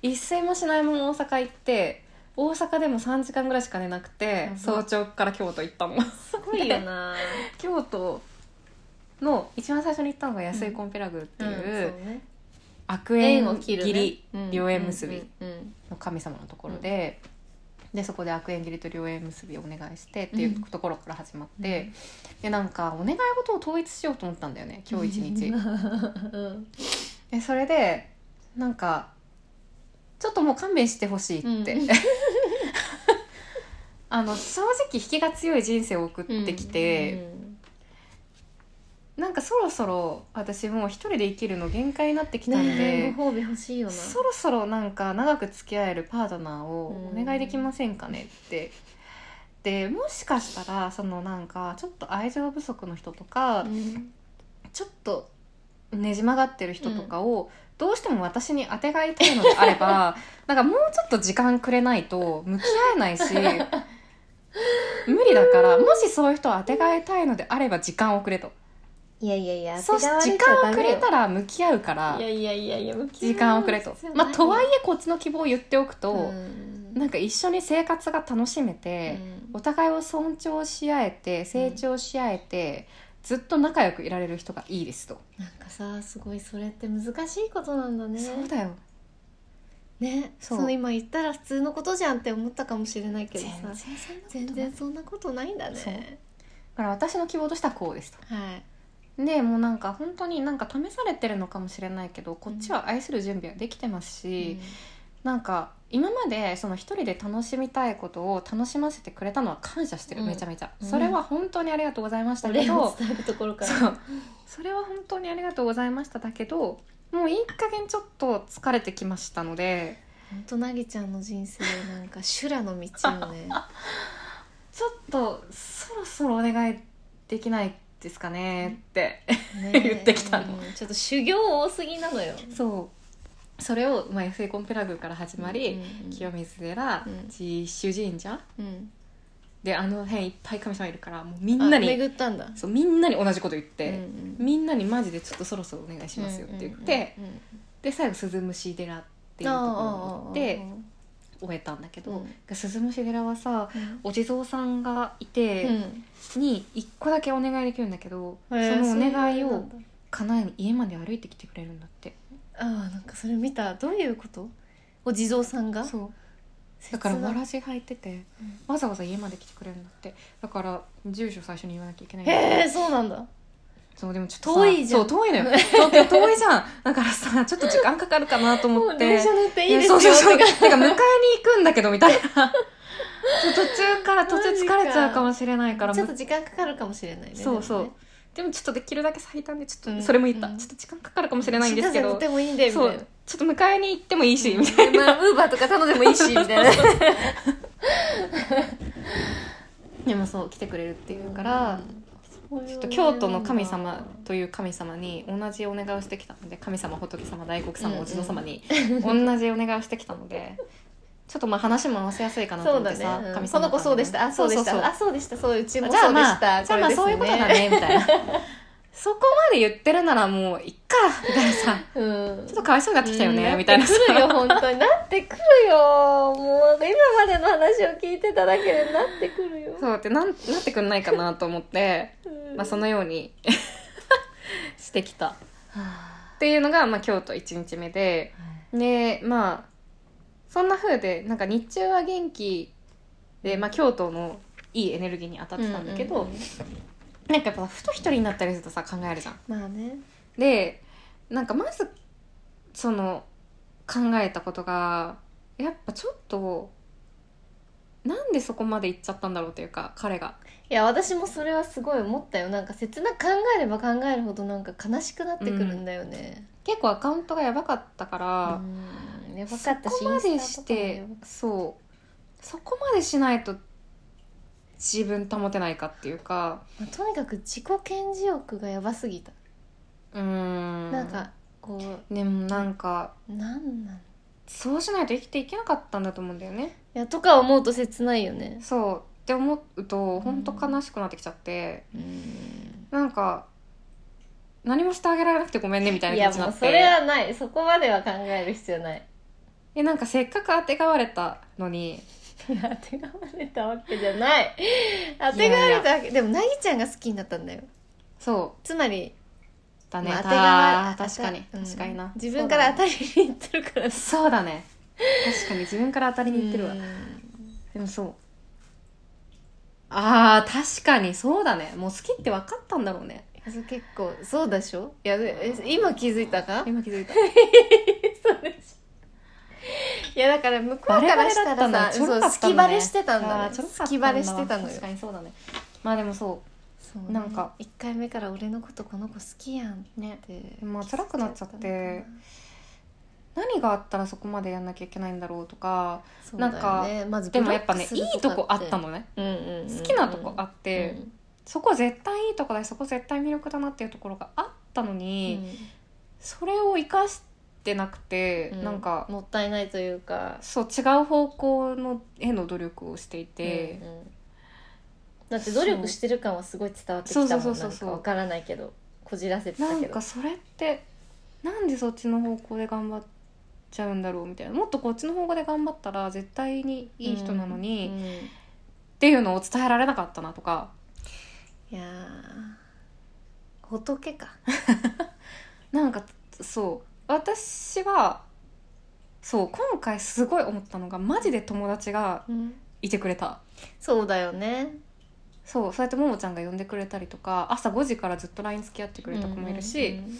Speaker 1: 一睡もしないまま大阪行って大阪でも3時間ぐらいしか寝なく
Speaker 2: や
Speaker 1: て
Speaker 2: ば
Speaker 1: 早朝から京都行ったの
Speaker 2: すごいよな。
Speaker 1: [LAUGHS] 京都の一番最初に行ったのが安井コンペラグっていう,、悪縁
Speaker 2: 縁を切るね
Speaker 1: 切り両縁結。
Speaker 2: う
Speaker 1: び
Speaker 2: んうんうん
Speaker 1: の神様のところで、でそこで悪縁切りと両縁結びをお願いしてっていうところから始まって。でなんかお願い事を統一しようと思ったんだよね今日一日
Speaker 2: うん
Speaker 1: でそれでなんかちょっともう勘弁してほしいって、
Speaker 2: うん
Speaker 1: [LAUGHS] あの正直引きが強い人生を送ってきて、なんかそろそろ私もう一人で生きるの限界になってきたん
Speaker 2: ねえ
Speaker 1: で、
Speaker 2: ご褒美欲しいよな。
Speaker 1: そろそろなんか長く付き合えるパートナーをお
Speaker 2: うん
Speaker 1: 願いできませんかねって。でもしかしたらそのなんかちょっと愛情不足の人とか、
Speaker 2: うん
Speaker 1: ちょっとねじ曲がってる人とかを、どうしても私に当てがいたいのであれ [LAUGHS] ばなんかもうちょっと時間くれないと向き合えないし無理だからもしそういう人を当てがいたいのであれば時間をくれと
Speaker 2: いやいやいや。
Speaker 1: そして時間をくれたら向き合うから
Speaker 2: いやいやいやいや。
Speaker 1: 時間をくれとまあとはいえこっちの希望を言っておくと、なんか一緒に生活が楽しめて、お互いを尊重し合えて成長し合えて、ずっと仲良くいられる人がいいですと、
Speaker 2: なんかさすごいそれって難しいことなんだね。
Speaker 1: そうだよ
Speaker 2: ね
Speaker 1: そ
Speaker 2: そうの今言ったら普通のことじゃんって思ったかもしれないけどさ
Speaker 1: 全然そんなことない
Speaker 2: 全然そんなことないんだ
Speaker 1: そう
Speaker 2: ね
Speaker 1: だから私の希望としてはこうです
Speaker 2: はい
Speaker 1: とでもうなんか本当になんか試されてるのかもしれないけどこっちは愛する準備はできてますし、なんか今までその一人で楽しみたいことを楽しませてくれたのは感謝してる、
Speaker 2: うん
Speaker 1: めちゃめちゃ、
Speaker 2: うん
Speaker 1: それは本当にありがとうございました
Speaker 2: お
Speaker 1: け
Speaker 2: 礼
Speaker 1: ど、
Speaker 2: を伝えるところから
Speaker 1: そうそれは本当にありがとうございましただけどもういい加減ちょっと疲れてきましたので
Speaker 2: 本当なぎちゃんの人生なんか修羅の道よ
Speaker 1: [LAUGHS]
Speaker 2: ね
Speaker 1: ちょっとそろそろお願いできないですかねって
Speaker 2: ね
Speaker 1: 言ってきたの
Speaker 2: うんちょっと修行多すぎなのよ
Speaker 1: そうそれを、まあ、エセコンペラグから始まり、
Speaker 2: うん
Speaker 1: 清水寺、
Speaker 2: うん
Speaker 1: 実習神社
Speaker 2: うん
Speaker 1: であの辺いっぱい神様いるからもうみん
Speaker 2: あ
Speaker 1: なに
Speaker 2: 巡ったんだ
Speaker 1: そうみんなに同じこと言っ
Speaker 2: うんう
Speaker 1: て、
Speaker 2: ん
Speaker 1: みんなにマジでちょっとそろそろお願いしますよって言って、
Speaker 2: うんうんうん
Speaker 1: で最後鈴虫寺っていうところに行って終えたんだけど、鈴虫寺はさお地蔵さんがい
Speaker 2: うん
Speaker 1: て、に一個だけお願いできるんだけど、
Speaker 2: うんへー
Speaker 1: そのお願い
Speaker 2: そうな
Speaker 1: を
Speaker 2: んだ
Speaker 1: 叶えに家まで歩いてきてくれるんだって
Speaker 2: ああなんかそれ見たどういうことお地蔵さんが
Speaker 1: そうだから
Speaker 2: 切な
Speaker 1: わらじ履いてて、
Speaker 2: うん
Speaker 1: わざわざ家まで来てくれるんだってだから住所最初に言わなきゃいけないんだ
Speaker 2: へえそうなんだ
Speaker 1: そうでもちょっとさ
Speaker 2: 遠いじゃ
Speaker 1: そ
Speaker 2: ん
Speaker 1: う遠いのよ東京遠いじゃんだからさちょっと時間かかるかなと
Speaker 2: [LAUGHS] も
Speaker 1: 思
Speaker 2: う
Speaker 1: って
Speaker 2: 電車乗っていいです
Speaker 1: そ
Speaker 2: よ
Speaker 1: うそうそう
Speaker 2: とか
Speaker 1: な
Speaker 2: [LAUGHS]
Speaker 1: んか迎えに行くんだけどみたいなそう途中から途中疲れちゃうかもしれないから
Speaker 2: ちょっと時間かかるかもしれないね
Speaker 1: そうそう、
Speaker 2: でもね
Speaker 1: でもちょっとできるだけ最短でちょっ
Speaker 2: うん
Speaker 1: とそれも言った、
Speaker 2: うん
Speaker 1: ちょっと時間かかるかもしれないんですけど
Speaker 2: 新幹線乗ってもいいんでみ
Speaker 1: そ
Speaker 2: たいう
Speaker 1: ちょっと迎えに行ってもいいし、みたいな
Speaker 2: なまあウーバーとか頼んでもいいしみたい [LAUGHS] な
Speaker 1: でもそう来てくれるっていうから、ちょっと京都の神様という神様に同じお願いをしてきたので神様仏様大黒
Speaker 2: うんう
Speaker 1: 様
Speaker 2: ん
Speaker 1: お地蔵様に同じお願いをしてきたのでちょっとまあ話も合わせやすいかなと
Speaker 2: そう
Speaker 1: 思っ
Speaker 2: だ
Speaker 1: て
Speaker 2: ね
Speaker 1: さ、
Speaker 2: うん
Speaker 1: 神
Speaker 2: こ
Speaker 1: 様
Speaker 2: の子そうでしたあそうでした
Speaker 1: そうそうそう
Speaker 2: あそうでしたそううちも
Speaker 1: じゃ
Speaker 2: そ
Speaker 1: あ
Speaker 2: うで
Speaker 1: ま
Speaker 2: し
Speaker 1: あ
Speaker 2: た
Speaker 1: じゃあまあそういうことだねみた
Speaker 2: [LAUGHS]
Speaker 1: いなそこまで言ってるならもういっかみたいなさ
Speaker 2: これですよねうん
Speaker 1: ちょっとかわいそうになってきたよね、
Speaker 2: うん
Speaker 1: みたいな
Speaker 2: って
Speaker 1: さ
Speaker 2: くるよ本当になってくるよもうなんか今までの話を聞いてただけでなってくるよ
Speaker 1: そうってなんなってくんないかなと思って、
Speaker 2: うん
Speaker 1: まあ、そのように [LAUGHS] してきたっ
Speaker 2: は
Speaker 1: ていうのが、まあ、京都1日目で。
Speaker 2: あ
Speaker 1: でまあそんな風でなんか日中は元気で、まあ、京都のいいエネルギーに当たってたんだけど、
Speaker 2: うんうんうん
Speaker 1: なんかやっぱふと一人になったりするとさ考えるじゃん。
Speaker 2: まあね
Speaker 1: でなんかまずその考えたことがやっぱちょっとなんでそこまで行っちゃったんだろうというか彼が。
Speaker 2: いや私もそれはすごい思ったよなんか切な考えれば考えるほどなんか悲しくなってくるんだよね、
Speaker 1: 結構アカウントがやばかったか
Speaker 2: う
Speaker 1: ら、
Speaker 2: ん、やば
Speaker 1: そ
Speaker 2: かった
Speaker 1: こまでし
Speaker 2: インスタとかも
Speaker 1: て
Speaker 2: やばかっ
Speaker 1: そうそこまでしないと自分保てないかっていうか
Speaker 2: まあとにかく自己顕示欲がやばすぎた、
Speaker 1: うーん
Speaker 2: なんかこう
Speaker 1: でもなんか
Speaker 2: なんなんい
Speaker 1: そうしないと生きていけなかったんだと思うんだよね
Speaker 2: やとか思うと切ないよね
Speaker 1: そうって思うと本当悲しくなってきちゃって、
Speaker 2: うん
Speaker 1: なんか何もしてあげられなくてごめんねみたい
Speaker 2: い
Speaker 1: な気
Speaker 2: や
Speaker 1: 持ちにな
Speaker 2: もう
Speaker 1: っ
Speaker 2: そ
Speaker 1: て
Speaker 2: れはないそこまでは考える必要ない
Speaker 1: えなんかせっかくあてがわれたのに
Speaker 2: いや当てがわれたわけじゃない当てがわれたわけでもなぎちゃんが好きになったんだよ
Speaker 1: そう
Speaker 2: つまり
Speaker 1: だね、
Speaker 2: まあ
Speaker 1: た
Speaker 2: 当て
Speaker 1: 確かに
Speaker 2: 当たうん
Speaker 1: 確かにな
Speaker 2: 自分から当たりにいってるから
Speaker 1: そうだね確かに自分から当たりにいってるわ
Speaker 2: うん
Speaker 1: でもそうあー確かにそうだねもう好きって分かったんだろうね
Speaker 2: そう結構そうでしょいやでえ今気づいたか
Speaker 1: 今気づいた
Speaker 2: そうでしょいやだから向こうからしたらさ
Speaker 1: バレバレだったんだ
Speaker 2: そう好きバレしてたん
Speaker 1: あ
Speaker 2: だ
Speaker 1: ー
Speaker 2: ね
Speaker 1: ちょろかったんだわ
Speaker 2: 好きバレしてたのよ
Speaker 1: 確かにそうだねまあでもそ
Speaker 2: そう
Speaker 1: な
Speaker 2: なんん
Speaker 1: か
Speaker 2: か1回目から俺のことこの子好きやんっ
Speaker 1: うね
Speaker 2: て
Speaker 1: まあ辛くなっちゃって
Speaker 2: 気づいたのか
Speaker 1: 何があったらそこまでやんなきゃいけないんだろうとか
Speaker 2: そうだよねまず
Speaker 1: でもやっぱね
Speaker 2: ブロッ
Speaker 1: い
Speaker 2: ク
Speaker 1: い
Speaker 2: す
Speaker 1: と
Speaker 2: る
Speaker 1: こあった
Speaker 2: て
Speaker 1: のね
Speaker 2: うんうんうんうん
Speaker 1: 好きなとこあって、
Speaker 2: うん
Speaker 1: そこ絶対いいとこだしそこ絶対魅力だなっていうところがあったのに、それを生かしてなくて、
Speaker 2: うん
Speaker 1: なんか
Speaker 2: もったいないというか
Speaker 1: そう違う方向のへの努力をしていて、
Speaker 2: うんうんだって努力してる感はすごい伝わってきたもん
Speaker 1: そ
Speaker 2: な
Speaker 1: うんそう
Speaker 2: か
Speaker 1: そうそうそう
Speaker 2: 分からないけどこじらせて
Speaker 1: な
Speaker 2: た
Speaker 1: ん
Speaker 2: けど
Speaker 1: かそれってなんでそっちの方向で頑張っちゃうんだろうみたいなもっとこっちの方向で頑張ったら絶対にいい人なのに、
Speaker 2: う
Speaker 1: っ
Speaker 2: んい
Speaker 1: ていうのを伝えられなかったなとか
Speaker 2: やー仏か
Speaker 1: なんかそう私はそう今回すごい思ったのがマジで友達がいてくれた
Speaker 2: そうだよね
Speaker 1: そうそうやってももちゃんが呼んでくれたりとか朝5時からずっと LINE 付き合ってくれた子もいるし、
Speaker 2: うんうんうん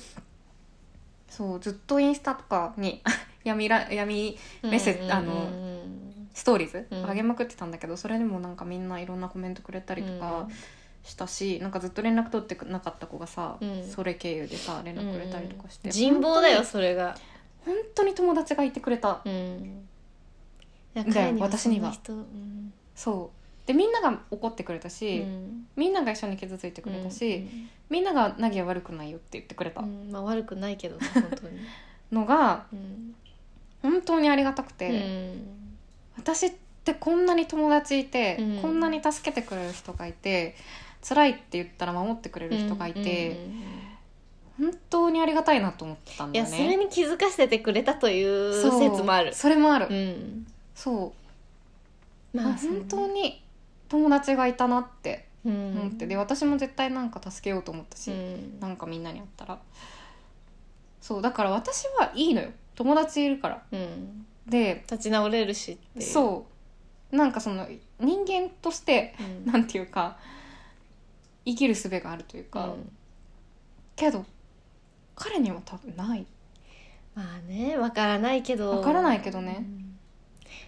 Speaker 1: そうずっとインスタとかに [LAUGHS] 闇ら闇メッセージ
Speaker 2: うんうんうん
Speaker 1: あのストーリーズ
Speaker 2: うん
Speaker 1: 上げまくってたんだけど、それでもなんかみんないろんなコメントくれたりとかしたし、なんかずっと連絡取ってなかった子がさ、
Speaker 2: うん
Speaker 1: それ経由でさ連絡くれたりとかして、
Speaker 2: うん人望だよ
Speaker 1: 本
Speaker 2: それが
Speaker 1: 当に本当に友達がいてくれた、
Speaker 2: うんいや
Speaker 1: ね
Speaker 2: 彼は
Speaker 1: 私には
Speaker 2: そんな人うん
Speaker 1: そうでみんなが怒ってくれたし、
Speaker 2: うん
Speaker 1: みんなが一緒に傷ついてくれたし、みんなが「凪は悪くないよ」って言ってくれた
Speaker 2: うんうんまあ悪くないけどね本
Speaker 1: [LAUGHS]
Speaker 2: 当に
Speaker 1: のが
Speaker 2: うん
Speaker 1: 本当にありがたくて。
Speaker 2: うん
Speaker 1: 私ってこんなに友達いて、
Speaker 2: うん
Speaker 1: こんなに助けてくれる人がいて辛いって言ったら守ってくれる人がいて、
Speaker 2: うんうんうん
Speaker 1: 本当にありがたいなと思ったん
Speaker 2: い
Speaker 1: だ
Speaker 2: や
Speaker 1: よ
Speaker 2: そ
Speaker 1: ね。
Speaker 2: れに気づかせてくれたという
Speaker 1: そう
Speaker 2: 説もある
Speaker 1: それもある、
Speaker 2: ん
Speaker 1: そうあ
Speaker 2: まあ
Speaker 1: 本当に友達がいたなって思
Speaker 2: 思
Speaker 1: って、で私も絶対なんか助けようと思ったし、
Speaker 2: うん
Speaker 1: なんかみんなに会ったらそうだから私はいいのよ友達いるから
Speaker 2: うん
Speaker 1: で
Speaker 2: 立ち直れるしっていう
Speaker 1: そうなんかその人間として
Speaker 2: うん
Speaker 1: なんていうか生きる術があるというか、
Speaker 2: うん
Speaker 1: けど彼には多分ない
Speaker 2: まあねわからないけど
Speaker 1: わからないけどね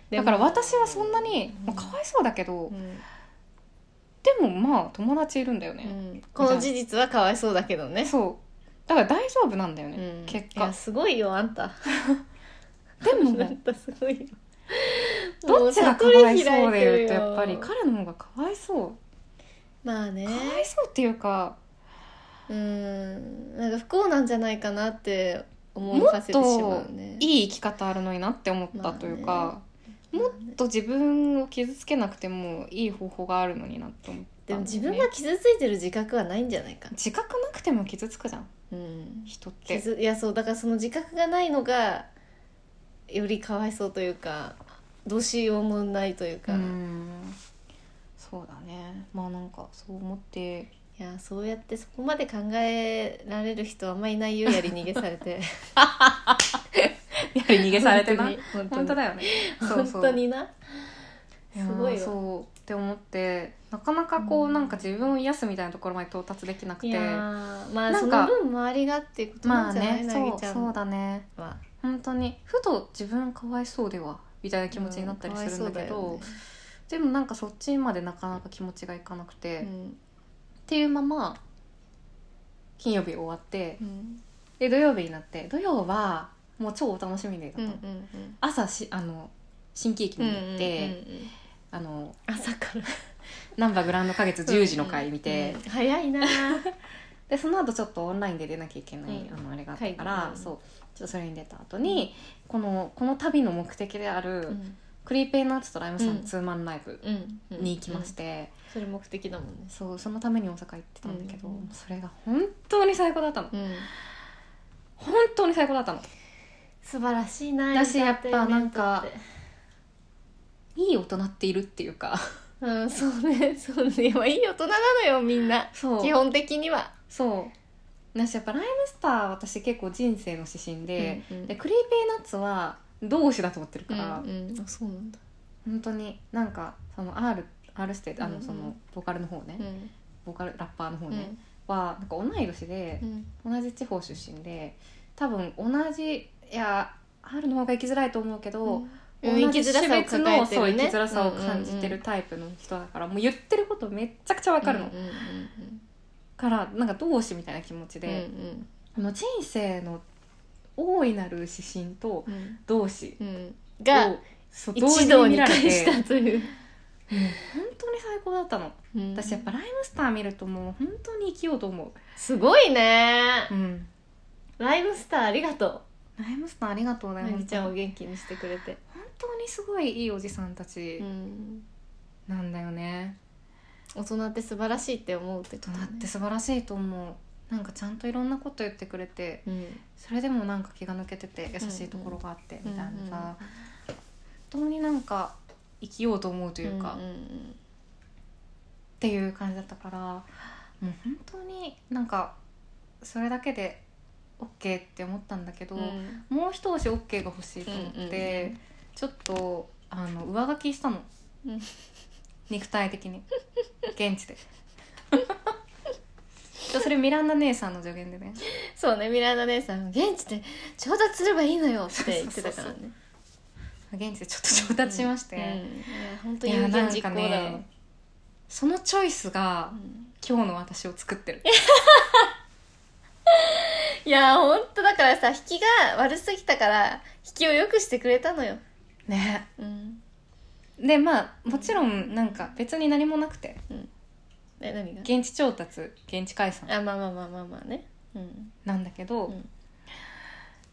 Speaker 2: うん
Speaker 1: だから私はそんなに、
Speaker 2: うん
Speaker 1: まあ、かわいそうだけど、
Speaker 2: うん
Speaker 1: でもまあ友達いるんだよ
Speaker 2: う
Speaker 1: ね、
Speaker 2: んこの事実はかわいそうだけどね
Speaker 1: そうだから大丈夫なんだよね、
Speaker 2: うん
Speaker 1: 結
Speaker 2: い
Speaker 1: 果
Speaker 2: やすごいよあんた
Speaker 1: でも
Speaker 2: [LAUGHS] あんたすごいよ
Speaker 1: どっちがかわいそうで言うと
Speaker 2: も
Speaker 1: やっぱり
Speaker 2: 悟開いてるよ
Speaker 1: 彼の方がかわいそう
Speaker 2: まあね
Speaker 1: かわいそうっていうか、
Speaker 2: うんなんか不幸なんじゃないかなって思わせてしまうね
Speaker 1: いい生き方あるのになって思ったというか、もっと自分を傷つけなくてもいい方法があるのになって思った
Speaker 2: でも
Speaker 1: んだ
Speaker 2: 自
Speaker 1: よね、
Speaker 2: 分が傷ついてる自覚はないんじゃないかな、
Speaker 1: 自覚なくても傷つくじゃん
Speaker 2: うん、
Speaker 1: 人って
Speaker 2: 傷いやそうだからその自覚がないのがよりかわいそうというかどうしようもないというか、
Speaker 1: うんそうだねまあなんかそう思って
Speaker 2: いやそうやってそこまで考えられる人あんまいないよやり逃げされ
Speaker 1: [LAUGHS]
Speaker 2: て
Speaker 1: [LAUGHS] やはり逃げされてな
Speaker 2: 本当に
Speaker 1: 本当だよねそうそう
Speaker 2: 本当にな
Speaker 1: いや
Speaker 2: すごいわ
Speaker 1: そうって思ってなかなかこう、
Speaker 2: うん
Speaker 1: なんか自分を癒すみたいなところまで到達できなく
Speaker 2: い
Speaker 1: て
Speaker 2: やーまあ
Speaker 1: な
Speaker 2: そ
Speaker 1: んか
Speaker 2: の分周りがっていうこと
Speaker 1: ま
Speaker 2: な
Speaker 1: あ
Speaker 2: んじゃない
Speaker 1: ね
Speaker 2: なぎ、
Speaker 1: そう
Speaker 2: ちゃ
Speaker 1: そうんだね
Speaker 2: は
Speaker 1: 本当にふと自分かわいそうではみたいな気持ちになったりするんだけど、
Speaker 2: うんかわい
Speaker 1: でもなんかそっちまでなかなか気持ちがいかなくて、
Speaker 2: そうだよ
Speaker 1: っ
Speaker 2: ね
Speaker 1: ていうまま金曜日終わって、
Speaker 2: うんうん
Speaker 1: で土曜日になって土曜はもう超お楽しみでだった
Speaker 2: うん
Speaker 1: の、
Speaker 2: うん
Speaker 1: 朝しあの新喜劇に行って、
Speaker 2: うんうんうん
Speaker 1: あの
Speaker 2: 朝から
Speaker 1: ナンバーグランド花月10時の回見て、
Speaker 2: うん早いな
Speaker 1: でその後ちょっとオンラインで出なきゃいけない、
Speaker 2: うん
Speaker 1: あのあれがあったから、
Speaker 2: 会議
Speaker 1: そうちょっとそれに出た後に、このこの旅の目的である、
Speaker 2: うん
Speaker 1: クリーペイナッツとライムさんの
Speaker 2: うん
Speaker 1: ツーマンライブ
Speaker 2: うんうん
Speaker 1: に行きまして、
Speaker 2: それ目的だもんね
Speaker 1: そうそのために大阪行ってたんだけど、
Speaker 2: うん
Speaker 1: それが本当に最高だったの
Speaker 2: うん
Speaker 1: 本当に最高だったの
Speaker 2: 素晴らしいな
Speaker 1: だしやっぱなんか
Speaker 2: エンターテインメントって
Speaker 1: いい大人っているっていうか
Speaker 2: うんそうねそうねまあいい大人なのよみんな
Speaker 1: そ
Speaker 2: 基本的には
Speaker 1: そうだしやっぱライムスター私結構人生の指針で,、
Speaker 2: うんうん
Speaker 1: でクリーペイナッツは同志だと思ってるから、
Speaker 2: うんうんあそうなんだ
Speaker 1: 本当になんかその R, R ステあ
Speaker 2: うんう
Speaker 1: の
Speaker 2: ん
Speaker 1: そのボーカルの方ね、
Speaker 2: うん
Speaker 1: ボーカルラッパーの方
Speaker 2: う
Speaker 1: ね、
Speaker 2: ん
Speaker 1: はなんか同い年で
Speaker 2: う、ん
Speaker 1: 同じ地方出身で多分同じいや R の方が生きづらいと思うけど、
Speaker 2: うん
Speaker 1: 同じ種別の
Speaker 2: 生きづらさを抱え
Speaker 1: そ
Speaker 2: てる
Speaker 1: う生きづらさを
Speaker 2: ね
Speaker 1: 感じてるタイプの人だから、もう言ってることめっちゃくちゃわかるの、
Speaker 2: うんうんうん
Speaker 1: からなんか同志みたいな気持ち
Speaker 2: うん
Speaker 1: で、もう人生の大いなる指針と
Speaker 2: うんうん
Speaker 1: 同志
Speaker 2: うん
Speaker 1: を
Speaker 2: が
Speaker 1: そう同時
Speaker 2: 一
Speaker 1: に
Speaker 2: 堂
Speaker 1: 見
Speaker 2: に
Speaker 1: られ
Speaker 2: 会
Speaker 1: て
Speaker 2: したという
Speaker 1: 本当に最高だったの。私やっぱライムスター見るともう本当に生きようと思
Speaker 2: すごいね
Speaker 1: う、うん、
Speaker 2: ライムスターありがと
Speaker 1: ライムスターありがとう
Speaker 2: う
Speaker 1: ね
Speaker 2: なぎ
Speaker 1: 本
Speaker 2: ちゃんを
Speaker 1: 当
Speaker 2: 元気にしてくれて
Speaker 1: 本当にすごいいいおじさんたち
Speaker 2: うん
Speaker 1: なんだよね、
Speaker 2: 大人って素晴らしいって思うってこと
Speaker 1: 大
Speaker 2: だ
Speaker 1: 人
Speaker 2: ね
Speaker 1: って素晴らしいと思うなんかちゃんといろんなこと言ってくれて
Speaker 2: うん
Speaker 1: それでもなんか気が抜けてて優しいところがあってみたいなさ、本当になんか生きようと思うというか、
Speaker 2: ん
Speaker 1: っ
Speaker 2: んん
Speaker 1: ていう感じだったからもう本当になんかそれだけで OK って思ったんだけど、
Speaker 2: うん
Speaker 1: もう一押し OK が欲しいと思って、
Speaker 2: うんうんうん
Speaker 1: ちょっとあの上書きしたの、
Speaker 2: うん
Speaker 1: 肉体的に現地で [LAUGHS] それミランダ姉さんの助言でね
Speaker 2: そうねミランダ姉さん現地で調達すればいいのよって言ってたからね
Speaker 1: 現地でちょっと調達しまして、
Speaker 2: うんうんいや本当
Speaker 1: い
Speaker 2: 有
Speaker 1: や
Speaker 2: 言
Speaker 1: なん
Speaker 2: 実
Speaker 1: か
Speaker 2: 行だわ
Speaker 1: ねそのチョイスが
Speaker 2: うん
Speaker 1: 今日の私を作ってる
Speaker 2: いや本当だからさ引きが悪すぎたから引きを良くしてくれたのよ
Speaker 1: ね
Speaker 2: うん
Speaker 1: でまあもちろんなんか別に何もなくて
Speaker 2: え何が
Speaker 1: 現地調達現地解散
Speaker 2: あまあまあまあまあまあねうん
Speaker 1: なんだけど、
Speaker 2: うん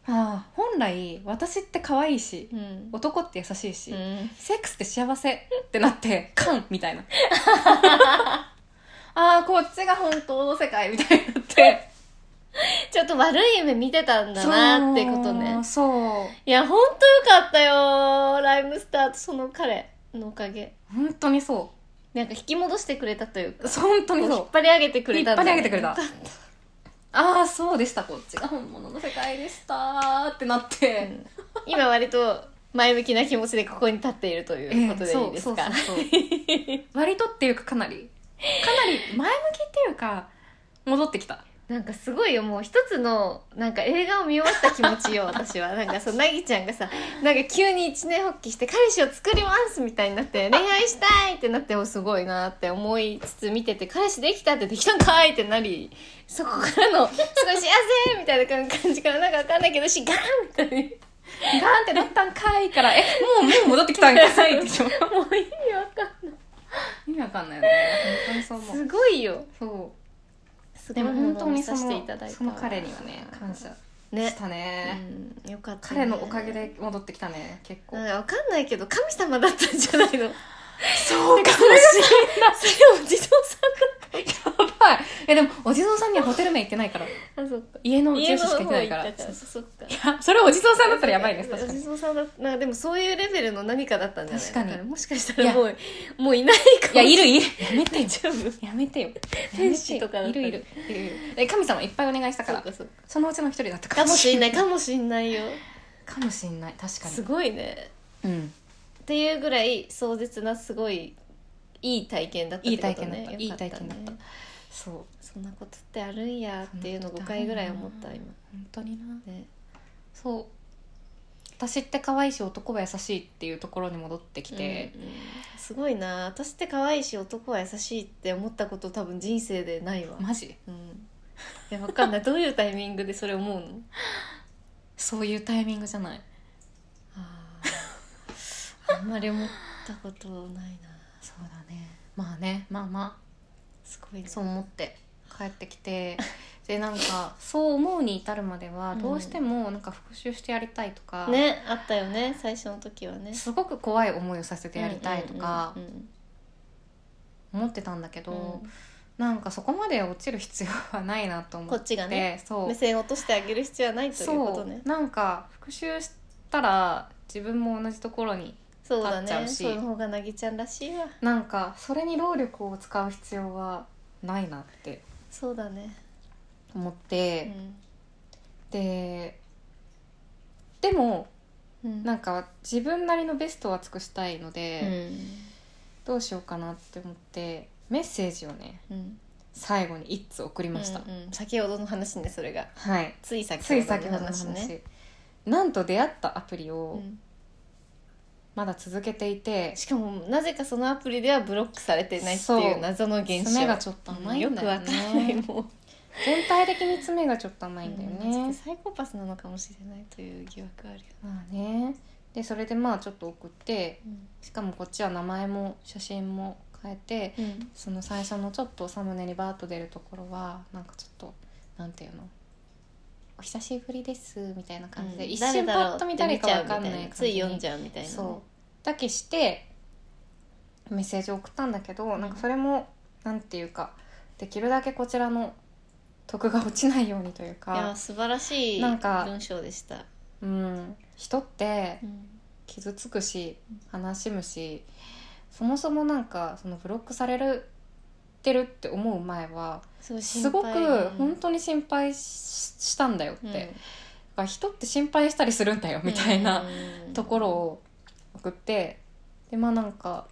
Speaker 1: ああ本来私って可愛いし
Speaker 2: うん
Speaker 1: 男って優しいし、
Speaker 2: うん
Speaker 1: セックスって幸せってな
Speaker 2: [LAUGHS]
Speaker 1: って、カンみたいな。ああ、こっちが本当の世界みたいになって。
Speaker 2: ちょっと悪い夢見てたんだなってことね
Speaker 1: そう。
Speaker 2: いや本当よかったよライムスターとその彼のおかげ
Speaker 1: 本当にそ
Speaker 2: なんか引き戻してくれたという
Speaker 1: う。
Speaker 2: か
Speaker 1: そう本当に
Speaker 2: 引
Speaker 1: そ
Speaker 2: っ張り上げてく
Speaker 1: う。
Speaker 2: れ
Speaker 1: 引った
Speaker 2: ん
Speaker 1: 張
Speaker 2: だ
Speaker 1: り上
Speaker 2: よ
Speaker 1: げて
Speaker 2: ね
Speaker 1: くれた。ああ、そうでした、こっちが本物の世界でしたーってなって。
Speaker 2: 今割と前向きな気持ちでここに立っているということでいいですか、
Speaker 1: [LAUGHS] ええそうそうそうそう割とっていうかかなり、かなり前向きっていうか、戻ってきた。
Speaker 2: なんかすごいよもう一つのなんか映画を見終わった気持ちよ [LAUGHS] 私はなんかそうなぎちゃんがさなんか急に一年発起して彼氏を作りますみたいになって恋愛したいってなっておすごいなって思いつつ見てて彼氏できたってできたんかいってなりそこから [LAUGHS] のすごい幸せみたいな感じからなんかわかんないけどしガーンみたいに
Speaker 1: ガーンってなったんかい [LAUGHS] から、え、もう、もう戻ってきたんかいでしょ。
Speaker 2: もう意味わかんない
Speaker 1: [LAUGHS] 意味わかんないよね。本当にそう思う。
Speaker 2: すごいよ
Speaker 1: そう。
Speaker 2: すご
Speaker 1: で
Speaker 2: い
Speaker 1: も本当にそ
Speaker 2: さ
Speaker 1: の
Speaker 2: せていただいた
Speaker 1: その彼にはね感謝
Speaker 2: ね
Speaker 1: したね
Speaker 2: うん、よかった、
Speaker 1: 彼のおかげで戻ってきたね結構
Speaker 2: なんかわかんないけど神様だったんじゃないの
Speaker 1: そうかもしれな
Speaker 2: それお地蔵
Speaker 1: いやばいえでもお地蔵さんにはホテル名行ってないから
Speaker 2: さんあそっか
Speaker 1: 家の住
Speaker 2: 家の
Speaker 1: 所し
Speaker 2: 方
Speaker 1: か
Speaker 2: 行
Speaker 1: 行
Speaker 2: っ
Speaker 1: ってないか
Speaker 2: たからら
Speaker 1: い
Speaker 2: そっか
Speaker 1: やそれお地蔵さんだったらやばいね確
Speaker 2: お
Speaker 1: か
Speaker 2: 地
Speaker 1: に
Speaker 2: 蔵さんだなんかでもそういうレベルの何かだったんじゃない
Speaker 1: 確かに
Speaker 2: だらもしかしたらもう [LAUGHS] もういないか
Speaker 1: いやい
Speaker 2: る
Speaker 1: るいるやめてよやめてよ
Speaker 2: 天使とかだ
Speaker 1: い
Speaker 2: った
Speaker 1: る
Speaker 2: ら
Speaker 1: いるいるいるえ神様いっぱいお願いした
Speaker 2: そ
Speaker 1: か
Speaker 2: う
Speaker 1: ら
Speaker 2: かそう
Speaker 1: そのうちの一人だった
Speaker 2: かかもしんない
Speaker 1: か
Speaker 2: かもしんないよ
Speaker 1: かもしんない確か
Speaker 2: す
Speaker 1: に
Speaker 2: ごいね
Speaker 1: うん
Speaker 2: っていうぐらい壮絶なすごいいい体験だった
Speaker 1: いい
Speaker 2: ってこ
Speaker 1: 体験
Speaker 2: と
Speaker 1: だった
Speaker 2: ね
Speaker 1: いい体
Speaker 2: よ
Speaker 1: 験
Speaker 2: か
Speaker 1: だった
Speaker 2: ね
Speaker 1: そう
Speaker 2: そんなことってあるんやっていうの5回ぐらい思った今
Speaker 1: 本当にな
Speaker 2: ね
Speaker 1: そう私って可愛いし男は優しいっていうところに戻ってきて、
Speaker 2: うんうんすごいな私って可愛いし男は優しいって思ったこと多分人生でないわ、
Speaker 1: マジ
Speaker 2: うん、いやわかんないどういうタイミングでそれ思
Speaker 1: [LAUGHS]
Speaker 2: うの
Speaker 1: そういうタイミングじゃない
Speaker 2: あんまり思ったことないな
Speaker 1: そうだねまあねまあまあ
Speaker 2: すごいね
Speaker 1: そう思って帰ってき
Speaker 2: [LAUGHS]
Speaker 1: てでなんかそう思うに至るまではどうしてもなんか復習してやりたいとか、
Speaker 2: ねあったよね最初の時はね
Speaker 1: すごく怖い思いをさせてやりたいとか
Speaker 2: うんうん
Speaker 1: 思ってたんだけど、
Speaker 2: うんうん
Speaker 1: なんかそこまで落ちる必要はないなと思って
Speaker 2: こっちがね
Speaker 1: そう
Speaker 2: 目線を落としてあげる必要はないということね
Speaker 1: そうなんか復習したら自分も同じところに
Speaker 2: そうだ
Speaker 1: 立っちゃ
Speaker 2: ね
Speaker 1: うし
Speaker 2: そういう方がなぎちゃんらしいわ
Speaker 1: なんかそれに労力を使う必要はないなって
Speaker 2: そうだね
Speaker 1: 思っ
Speaker 2: う
Speaker 1: て、
Speaker 2: ん
Speaker 1: ででも
Speaker 2: うん
Speaker 1: なんか自分なりのベストは尽くしたいので、
Speaker 2: う
Speaker 1: どうしようかなって思ってメッセージをね
Speaker 2: んうん
Speaker 1: 最後に一通送りました、
Speaker 2: うんうん先ほどの話ねそれが
Speaker 1: はい
Speaker 2: つい先
Speaker 1: つい先
Speaker 2: ほ
Speaker 1: ほ
Speaker 2: ど
Speaker 1: ど
Speaker 2: の
Speaker 1: の
Speaker 2: 話
Speaker 1: 話
Speaker 2: ね
Speaker 1: なんと出会ったアプリを
Speaker 2: うん
Speaker 1: まだ続けていて、
Speaker 2: しかもなぜかそのアプリではブロックされてないっていう謎の現象
Speaker 1: 爪がちょっと甘いんだよね
Speaker 2: よくわかんないもう
Speaker 1: 全体的に爪がちょっと甘いんだよ
Speaker 2: うん
Speaker 1: ね、
Speaker 2: サイコパスなのかもしれないという疑惑はあるよ、
Speaker 1: まあねでそれでまあちょっと送って
Speaker 2: うん
Speaker 1: しかもこっちは名前も写真も変えてその最初のちょっとサムネにバーッと出るところはなんかちょっとなんていうの「お久しぶりです」みたいな感じで、
Speaker 2: うん
Speaker 1: 一瞬パッと見たりかわかんない
Speaker 2: 誰だろうって見ちゃう
Speaker 1: 感じ
Speaker 2: みたいつい読んじゃうみたいな
Speaker 1: そうだけしてメッセージを送ったんだけど、なんかそれもなんていうかできるだけこちらの得が落ちないようにという
Speaker 2: いや
Speaker 1: か、
Speaker 2: 素晴らしい
Speaker 1: なんか
Speaker 2: 文章でした、
Speaker 1: うん、人って傷つくし悲しむしそもそもなんかそのブロックされるてるって思う前は
Speaker 2: すごい
Speaker 1: すごく本当に心配ししたんだよって、だから人って心配したりするんだよみたいなところ
Speaker 2: を
Speaker 1: を送ってでまあなんか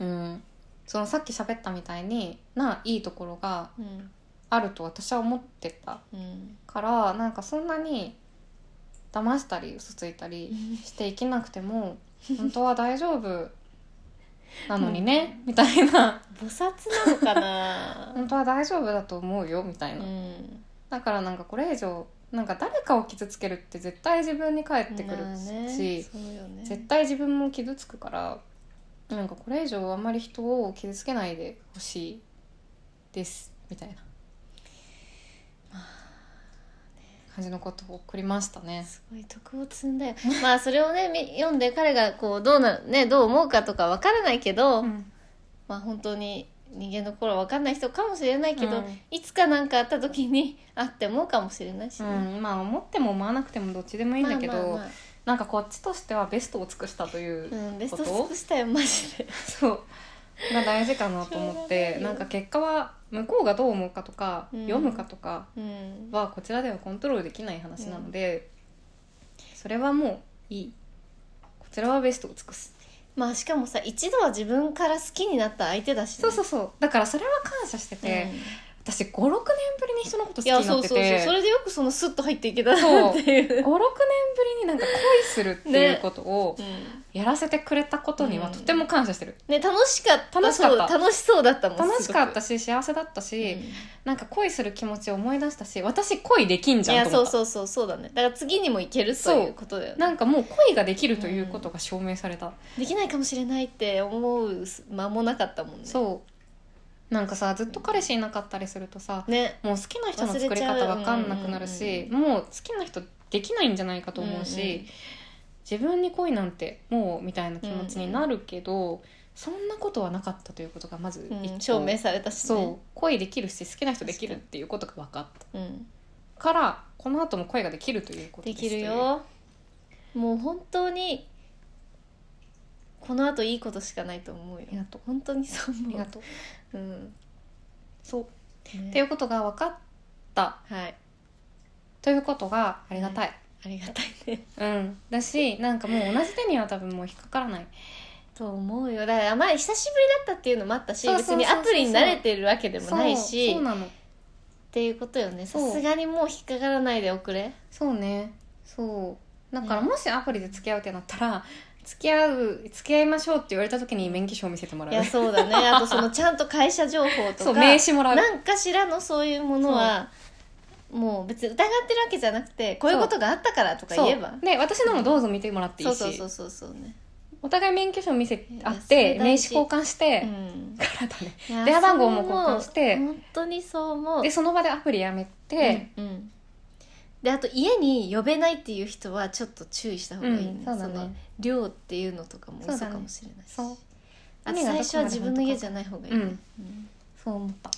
Speaker 1: うんそのさっき喋ったみたいにないいところが
Speaker 2: うん
Speaker 1: あると私は思ってた
Speaker 2: うん
Speaker 1: からなんかそんなに騙したり嘘ついたりして生きなくても本当は大丈夫なのにね、みたいな
Speaker 2: 菩薩なのかな
Speaker 1: 本当は大丈夫だと思 [LAUGHS] うよみたいな、
Speaker 2: うん
Speaker 1: だからなんかこれ以上なんか誰かを傷つけるって絶対自分に返ってくるし、
Speaker 2: まあねそうよね
Speaker 1: 絶対自分も傷つくからなんかこれ以上あんまり人を傷つけないでほしいですみたいな感じのことを送りましたね。
Speaker 2: すごい徳を積んだよまあそれをねみ読んで彼がこうどうなねどう思うかとかわからないけど、まあ本当に人間の心はわかんない人かもしれないけど、
Speaker 1: うん
Speaker 2: いつか何かあった時に [LAUGHS] あって思うかもしれないし
Speaker 1: う
Speaker 2: ね、
Speaker 1: ん、まあ思っても思わなくてもどっちでもいいんだけど、
Speaker 2: まあまあまあ
Speaker 1: なんかこっちとしてはベストを尽くしたという、
Speaker 2: うん、ベスト
Speaker 1: こ
Speaker 2: 尽
Speaker 1: と
Speaker 2: くしたよマジ
Speaker 1: [LAUGHS]
Speaker 2: で
Speaker 1: そうが大事かなと思っ
Speaker 2: [LAUGHS] しょうが
Speaker 1: て
Speaker 2: ないよ
Speaker 1: なんか結果は向こうがどう思うかとか、
Speaker 2: うん
Speaker 1: 読むかとか
Speaker 2: うん
Speaker 1: はこちらではコントロールできない話なので、それはもういいこちらはベストを尽くす、
Speaker 2: まあしかもさ一度は自分から好きになった相手だしね、
Speaker 1: そうそうそうだからそれは感謝してて、
Speaker 2: うん
Speaker 1: 私56年ぶりに人のこと好き
Speaker 2: い
Speaker 1: にな
Speaker 2: や
Speaker 1: ってて
Speaker 2: そうそうそうそ
Speaker 1: 56
Speaker 2: れでよくそのスッと入っていけたなって [LAUGHS] いう
Speaker 1: 年ぶりになんか恋するっていうことを
Speaker 2: うん
Speaker 1: やらせてくれたことには
Speaker 2: うん
Speaker 1: とても感謝してる、
Speaker 2: ね楽しかった
Speaker 1: 楽しかった
Speaker 2: そう楽しそうだったもん
Speaker 1: 楽しかった
Speaker 2: し、
Speaker 1: し幸せだった
Speaker 2: うん
Speaker 1: し、
Speaker 2: い
Speaker 1: なんか恋する気持ちを思い出したし私恋できんじゃん
Speaker 2: や
Speaker 1: と
Speaker 2: そ
Speaker 1: 思
Speaker 2: う
Speaker 1: った
Speaker 2: そうそうそうだねだから次にもいけると
Speaker 1: そう
Speaker 2: いうことだよね
Speaker 1: なんかもう恋ができるということが証明された、
Speaker 2: できないかもしれないって思う間もなかったもんね
Speaker 1: そうなんかさずっと彼氏いなかったりするとさ
Speaker 2: ね
Speaker 1: もう好きな人の作り方わかんなくなるし、もう好きな人できないんじゃないかと思うし、
Speaker 2: うんうん
Speaker 1: 自分に恋なんてもうみたいな気持ちになるけど、そんなことはなかったということがまず
Speaker 2: うん
Speaker 1: 一個
Speaker 2: 証明されたし、ね、
Speaker 1: そう恋できるし好きな人できるっていうことが分かった
Speaker 2: う、ん、
Speaker 1: からこの後も恋ができるということ
Speaker 2: で
Speaker 1: です
Speaker 2: きるよもう本当にこのあといいことしかないと思うよ
Speaker 1: ありがとう
Speaker 2: 本当にそう
Speaker 1: あり
Speaker 2: 思
Speaker 1: が
Speaker 2: う、
Speaker 1: とう
Speaker 2: うん、
Speaker 1: そう
Speaker 2: ね
Speaker 1: っていうことが分かった
Speaker 2: はい
Speaker 1: ということがありがたい、
Speaker 2: ありがたいね
Speaker 1: うんだしなんかもう同じ手には多分もう引っかからない
Speaker 2: と思うよだから前久しぶりだったっていうのもあったし
Speaker 1: そうそう
Speaker 2: 別
Speaker 1: そうそう
Speaker 2: にアプリに慣れてるわけで
Speaker 1: で
Speaker 2: もないし
Speaker 1: そう
Speaker 2: っ
Speaker 1: なの
Speaker 2: ていうことよねさ
Speaker 1: そう
Speaker 2: すがにもう引っかからないでおくれ
Speaker 1: そうねそうだから
Speaker 2: ね
Speaker 1: もしアプリで付き合うってなったら付き合う付き合いましょうって言われた時に免許証を見せても
Speaker 2: い
Speaker 1: らう
Speaker 2: やそ
Speaker 1: [LAUGHS]
Speaker 2: うだねあとそのちゃんと会社情報と
Speaker 1: そう
Speaker 2: か
Speaker 1: 名刺もらう
Speaker 2: なんかしらのそういうものはもう別に疑ってるわけじゃなくてこういうことがあったからとか
Speaker 1: そう
Speaker 2: 言えば
Speaker 1: で私のもどうぞ見てもらっていい
Speaker 2: そう
Speaker 1: し
Speaker 2: そうそうそうそうね
Speaker 1: お互い免許証見せ合っ
Speaker 2: い
Speaker 1: て
Speaker 2: やそ
Speaker 1: 名
Speaker 2: れ大
Speaker 1: 刺
Speaker 2: 事
Speaker 1: 交換して、
Speaker 2: う
Speaker 1: [LAUGHS]
Speaker 2: ん
Speaker 1: からだね
Speaker 2: いや
Speaker 1: 電話番号も交換して
Speaker 2: そう思う本当にそう思う
Speaker 1: でその場でアプリやめて、
Speaker 2: うんうんであと家に呼べないっていう人はちょっと注意した方がいいね,、
Speaker 1: うんそうだね
Speaker 2: の量っていうのとかも
Speaker 1: そう
Speaker 2: 嘘
Speaker 1: だね
Speaker 2: かもしれないし、
Speaker 1: そう
Speaker 2: あと
Speaker 1: 何がどこま
Speaker 2: 最
Speaker 1: で
Speaker 2: 初は自分の家じゃない方がいいね、
Speaker 1: うんそう思った